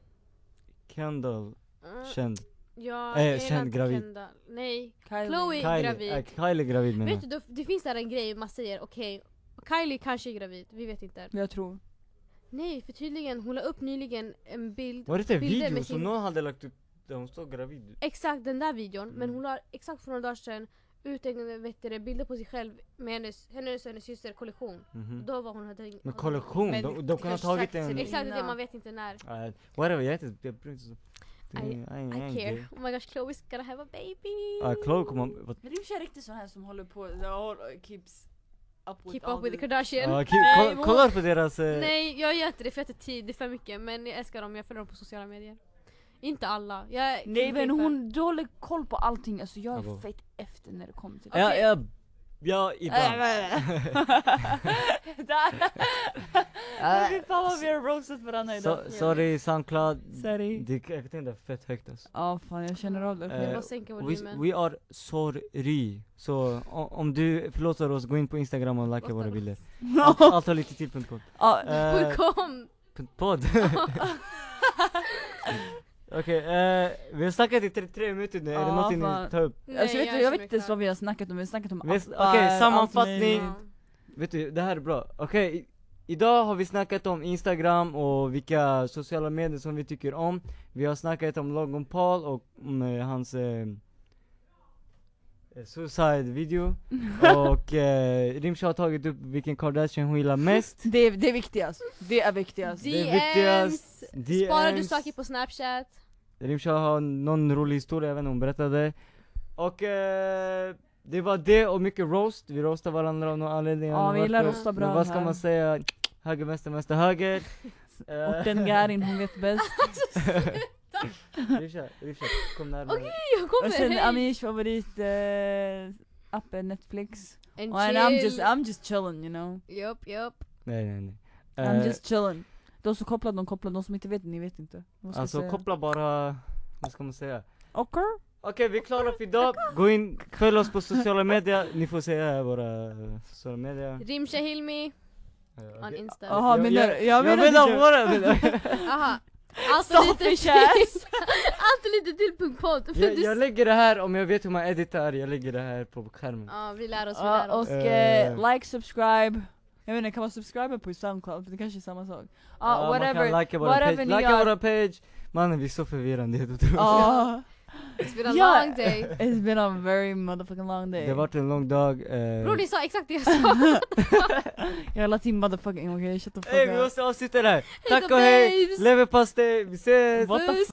Speaker 1: Kendall
Speaker 3: Mm,
Speaker 1: känd?
Speaker 3: ja,
Speaker 1: eh,
Speaker 3: jag gillar
Speaker 1: känd
Speaker 3: inte
Speaker 1: gravid.
Speaker 3: Kendall. Nej,
Speaker 2: Kylie.
Speaker 3: Chloe.
Speaker 1: Kylie,
Speaker 3: gravid.
Speaker 1: eh, Kylie är gravid menar
Speaker 3: vet
Speaker 1: jag
Speaker 3: du då, det finns där en grej man säger okej, Kylie kanske är gravid, vi vet inte.
Speaker 2: Jag tror.
Speaker 3: Nej för tydligen, hon la upp nyligen en bild
Speaker 1: Var det inte en
Speaker 3: bilder
Speaker 1: video
Speaker 3: med
Speaker 1: som
Speaker 3: sin-
Speaker 1: någon hade lagt upp där hon står gravid?
Speaker 3: exakt den där videon, men
Speaker 1: Mm.
Speaker 3: hon la exakt för några dagar sedan ut en, vet du, det, bilder på sig själv med hennes, hennes och hennes syster kollektion.
Speaker 1: Mhm.
Speaker 3: Då var hon hade...
Speaker 1: Men kollektion,
Speaker 2: Men
Speaker 1: de,
Speaker 2: det
Speaker 1: de kan ha
Speaker 2: kanske
Speaker 1: tagit
Speaker 2: sagt till
Speaker 1: en...
Speaker 2: dig.
Speaker 3: Exakt det,
Speaker 2: Innan.
Speaker 3: man vet inte när.
Speaker 1: Uh, whatever, jag är inte... Jag bryr mig inte så-
Speaker 3: I-
Speaker 1: I ain't- I
Speaker 3: I
Speaker 1: ain't gay.
Speaker 3: care. Oh my gosh, Chloe's gonna have a baby!
Speaker 1: Ja, Chloe kommer... vad-
Speaker 2: Men du kör riktigt sån här som håller på, all keeps up with
Speaker 3: Keep
Speaker 2: all
Speaker 3: up with the
Speaker 2: the-
Speaker 3: Kardashian.
Speaker 1: Ja, Ah, Ki-
Speaker 2: Nej,
Speaker 1: ko-
Speaker 2: hon-
Speaker 1: Kolla på deras... eh,
Speaker 3: Nej, jag gör inte det för jag har inte tid, det är för mycket. Men jag älskar dem, jag följer dem på sociala medier. Inte alla. Jag är
Speaker 2: Nej men
Speaker 3: Kim-fan.
Speaker 2: hon, du håller koll på allting, alltså jag
Speaker 1: Vadå?
Speaker 2: är fett efter när det kommer till det.
Speaker 1: Ja, ja, ja,
Speaker 2: Äh,
Speaker 1: ibland.
Speaker 2: Där! Fy fan vad vi har roastat varandra idag.
Speaker 1: So, sorry Soundcloud,
Speaker 2: Sorry.
Speaker 1: Mm, det, jag tänkte det är fett högt alltså.
Speaker 2: Ja fan jag känner av det.
Speaker 3: Jag vill
Speaker 1: Eh,
Speaker 3: bara sänka
Speaker 1: We,
Speaker 3: volymen.
Speaker 1: we are sorry. Så o- om du förlåter oss, gå in på instagram och likea
Speaker 3: Förlåtar
Speaker 1: våra
Speaker 3: oss.
Speaker 1: bilder. Allt, allt har lite till punkt podd.
Speaker 2: Ja,
Speaker 1: Eh,
Speaker 3: Kom!
Speaker 1: punkt podd. Okej, eh, vi har snackat i 33 minuter nu, är det
Speaker 2: Ja,
Speaker 1: någonting ni
Speaker 2: fan.
Speaker 1: vill ta upp?
Speaker 3: Nej,
Speaker 2: alltså, jag, vet,
Speaker 3: är
Speaker 2: jag
Speaker 3: så
Speaker 2: vet inte ens
Speaker 3: klar.
Speaker 2: vad vi har snackat om, vi har snackat om
Speaker 1: Vi har-
Speaker 2: appar,
Speaker 1: okej,
Speaker 2: allt
Speaker 1: sammanfattning.
Speaker 2: möjligt.
Speaker 3: Ja.
Speaker 1: Vet du, det här är bra. Okej, i- idag har vi snackat om Instagram och vilka sociala medier som vi tycker om. Vi har snackat om Logan Paul och om, eh, hans eh, eh, suicide video. och eh, Rimsha har tagit upp vilken Kardashian hon gillar mest.
Speaker 2: Det är, det är viktigast, det är viktigast.
Speaker 1: Det är
Speaker 3: DMs!
Speaker 1: DMs.
Speaker 3: Sparar du saker på snapchat?
Speaker 1: Rimsha har någon rolig historia, jag vet inte, hon berättade. Och eh, det var det och mycket roast, vi roastar varandra av någon anledning. jag
Speaker 2: Ja
Speaker 1: vet
Speaker 2: vi
Speaker 1: inte
Speaker 2: gillar
Speaker 1: varför.
Speaker 2: rosta
Speaker 1: Men
Speaker 2: bröd
Speaker 1: vad ska
Speaker 2: här.
Speaker 1: man säga? Höger, vänster, vänster, höger. Eh,
Speaker 2: Och den Garin hon vet bäst.
Speaker 1: Rivsha, Rivsha, kom närmare.
Speaker 3: Okej, jag kommer!
Speaker 2: Och sen
Speaker 3: hej!
Speaker 2: Amish favorit eh, appen Netflix.
Speaker 3: And
Speaker 2: Och I'm just,
Speaker 3: chill.
Speaker 2: I'm just chilling you know.
Speaker 3: Japp, japp.
Speaker 1: Nej nej nej.
Speaker 2: I'm
Speaker 1: Eh,
Speaker 2: just chilling. De som kopplar, de kopplar. De som inte vet, ni vet inte. Vad ska jag
Speaker 1: alltså
Speaker 2: säga?
Speaker 1: koppla bara, vad ska man säga?
Speaker 2: Okej.
Speaker 1: Okej vi är klara för idag, gå in, följ oss på sociala medier, ni får säga våra eh, sociala medier.
Speaker 3: Rimsha Hilmi
Speaker 1: Eh,
Speaker 3: on
Speaker 1: okej.
Speaker 3: Insta.
Speaker 2: Jaha,
Speaker 1: jag-
Speaker 2: menar du? Jag
Speaker 1: Jag
Speaker 2: menar
Speaker 1: menar
Speaker 2: inte-
Speaker 1: våra, men- eh,
Speaker 3: Aha. Alltså lite
Speaker 2: Selfish
Speaker 3: till,
Speaker 2: ass!
Speaker 3: alltså lite till punkt podd. För
Speaker 1: jag,
Speaker 3: du
Speaker 1: jag
Speaker 3: s-
Speaker 1: lägger det här, om jag vet hur man editar, jag lägger det här på skärmen.
Speaker 3: Ja, vi lär oss, vi lär
Speaker 2: Ja,
Speaker 3: oss.
Speaker 2: och eh, like, subscribe. Jag vet inte, kan man subscriba på Soundcloud? För det kanske är samma sak. Ja,
Speaker 1: Ah, man
Speaker 2: whatever.
Speaker 1: kan likea våra
Speaker 2: whatever
Speaker 1: page,
Speaker 2: ni
Speaker 1: likea
Speaker 2: gör.
Speaker 1: våra page. Mannen vi är så förvirrande, det är helt otroligt.
Speaker 2: Ja.
Speaker 3: It's been a
Speaker 2: Ja.
Speaker 3: long day.
Speaker 2: Ah, It's been a very motherfucking long day.
Speaker 1: Det har varit en lång dag. eh.
Speaker 3: Bror ni sa exakt det jag sa.
Speaker 2: Jag är latin motherfucking, okej? Shut the fuck
Speaker 1: Ey vi
Speaker 2: up.
Speaker 1: måste avsluta det här.
Speaker 3: då,
Speaker 1: Tack och hej,
Speaker 3: babes.
Speaker 1: leverpastej, vi ses!
Speaker 2: What the
Speaker 3: Puss.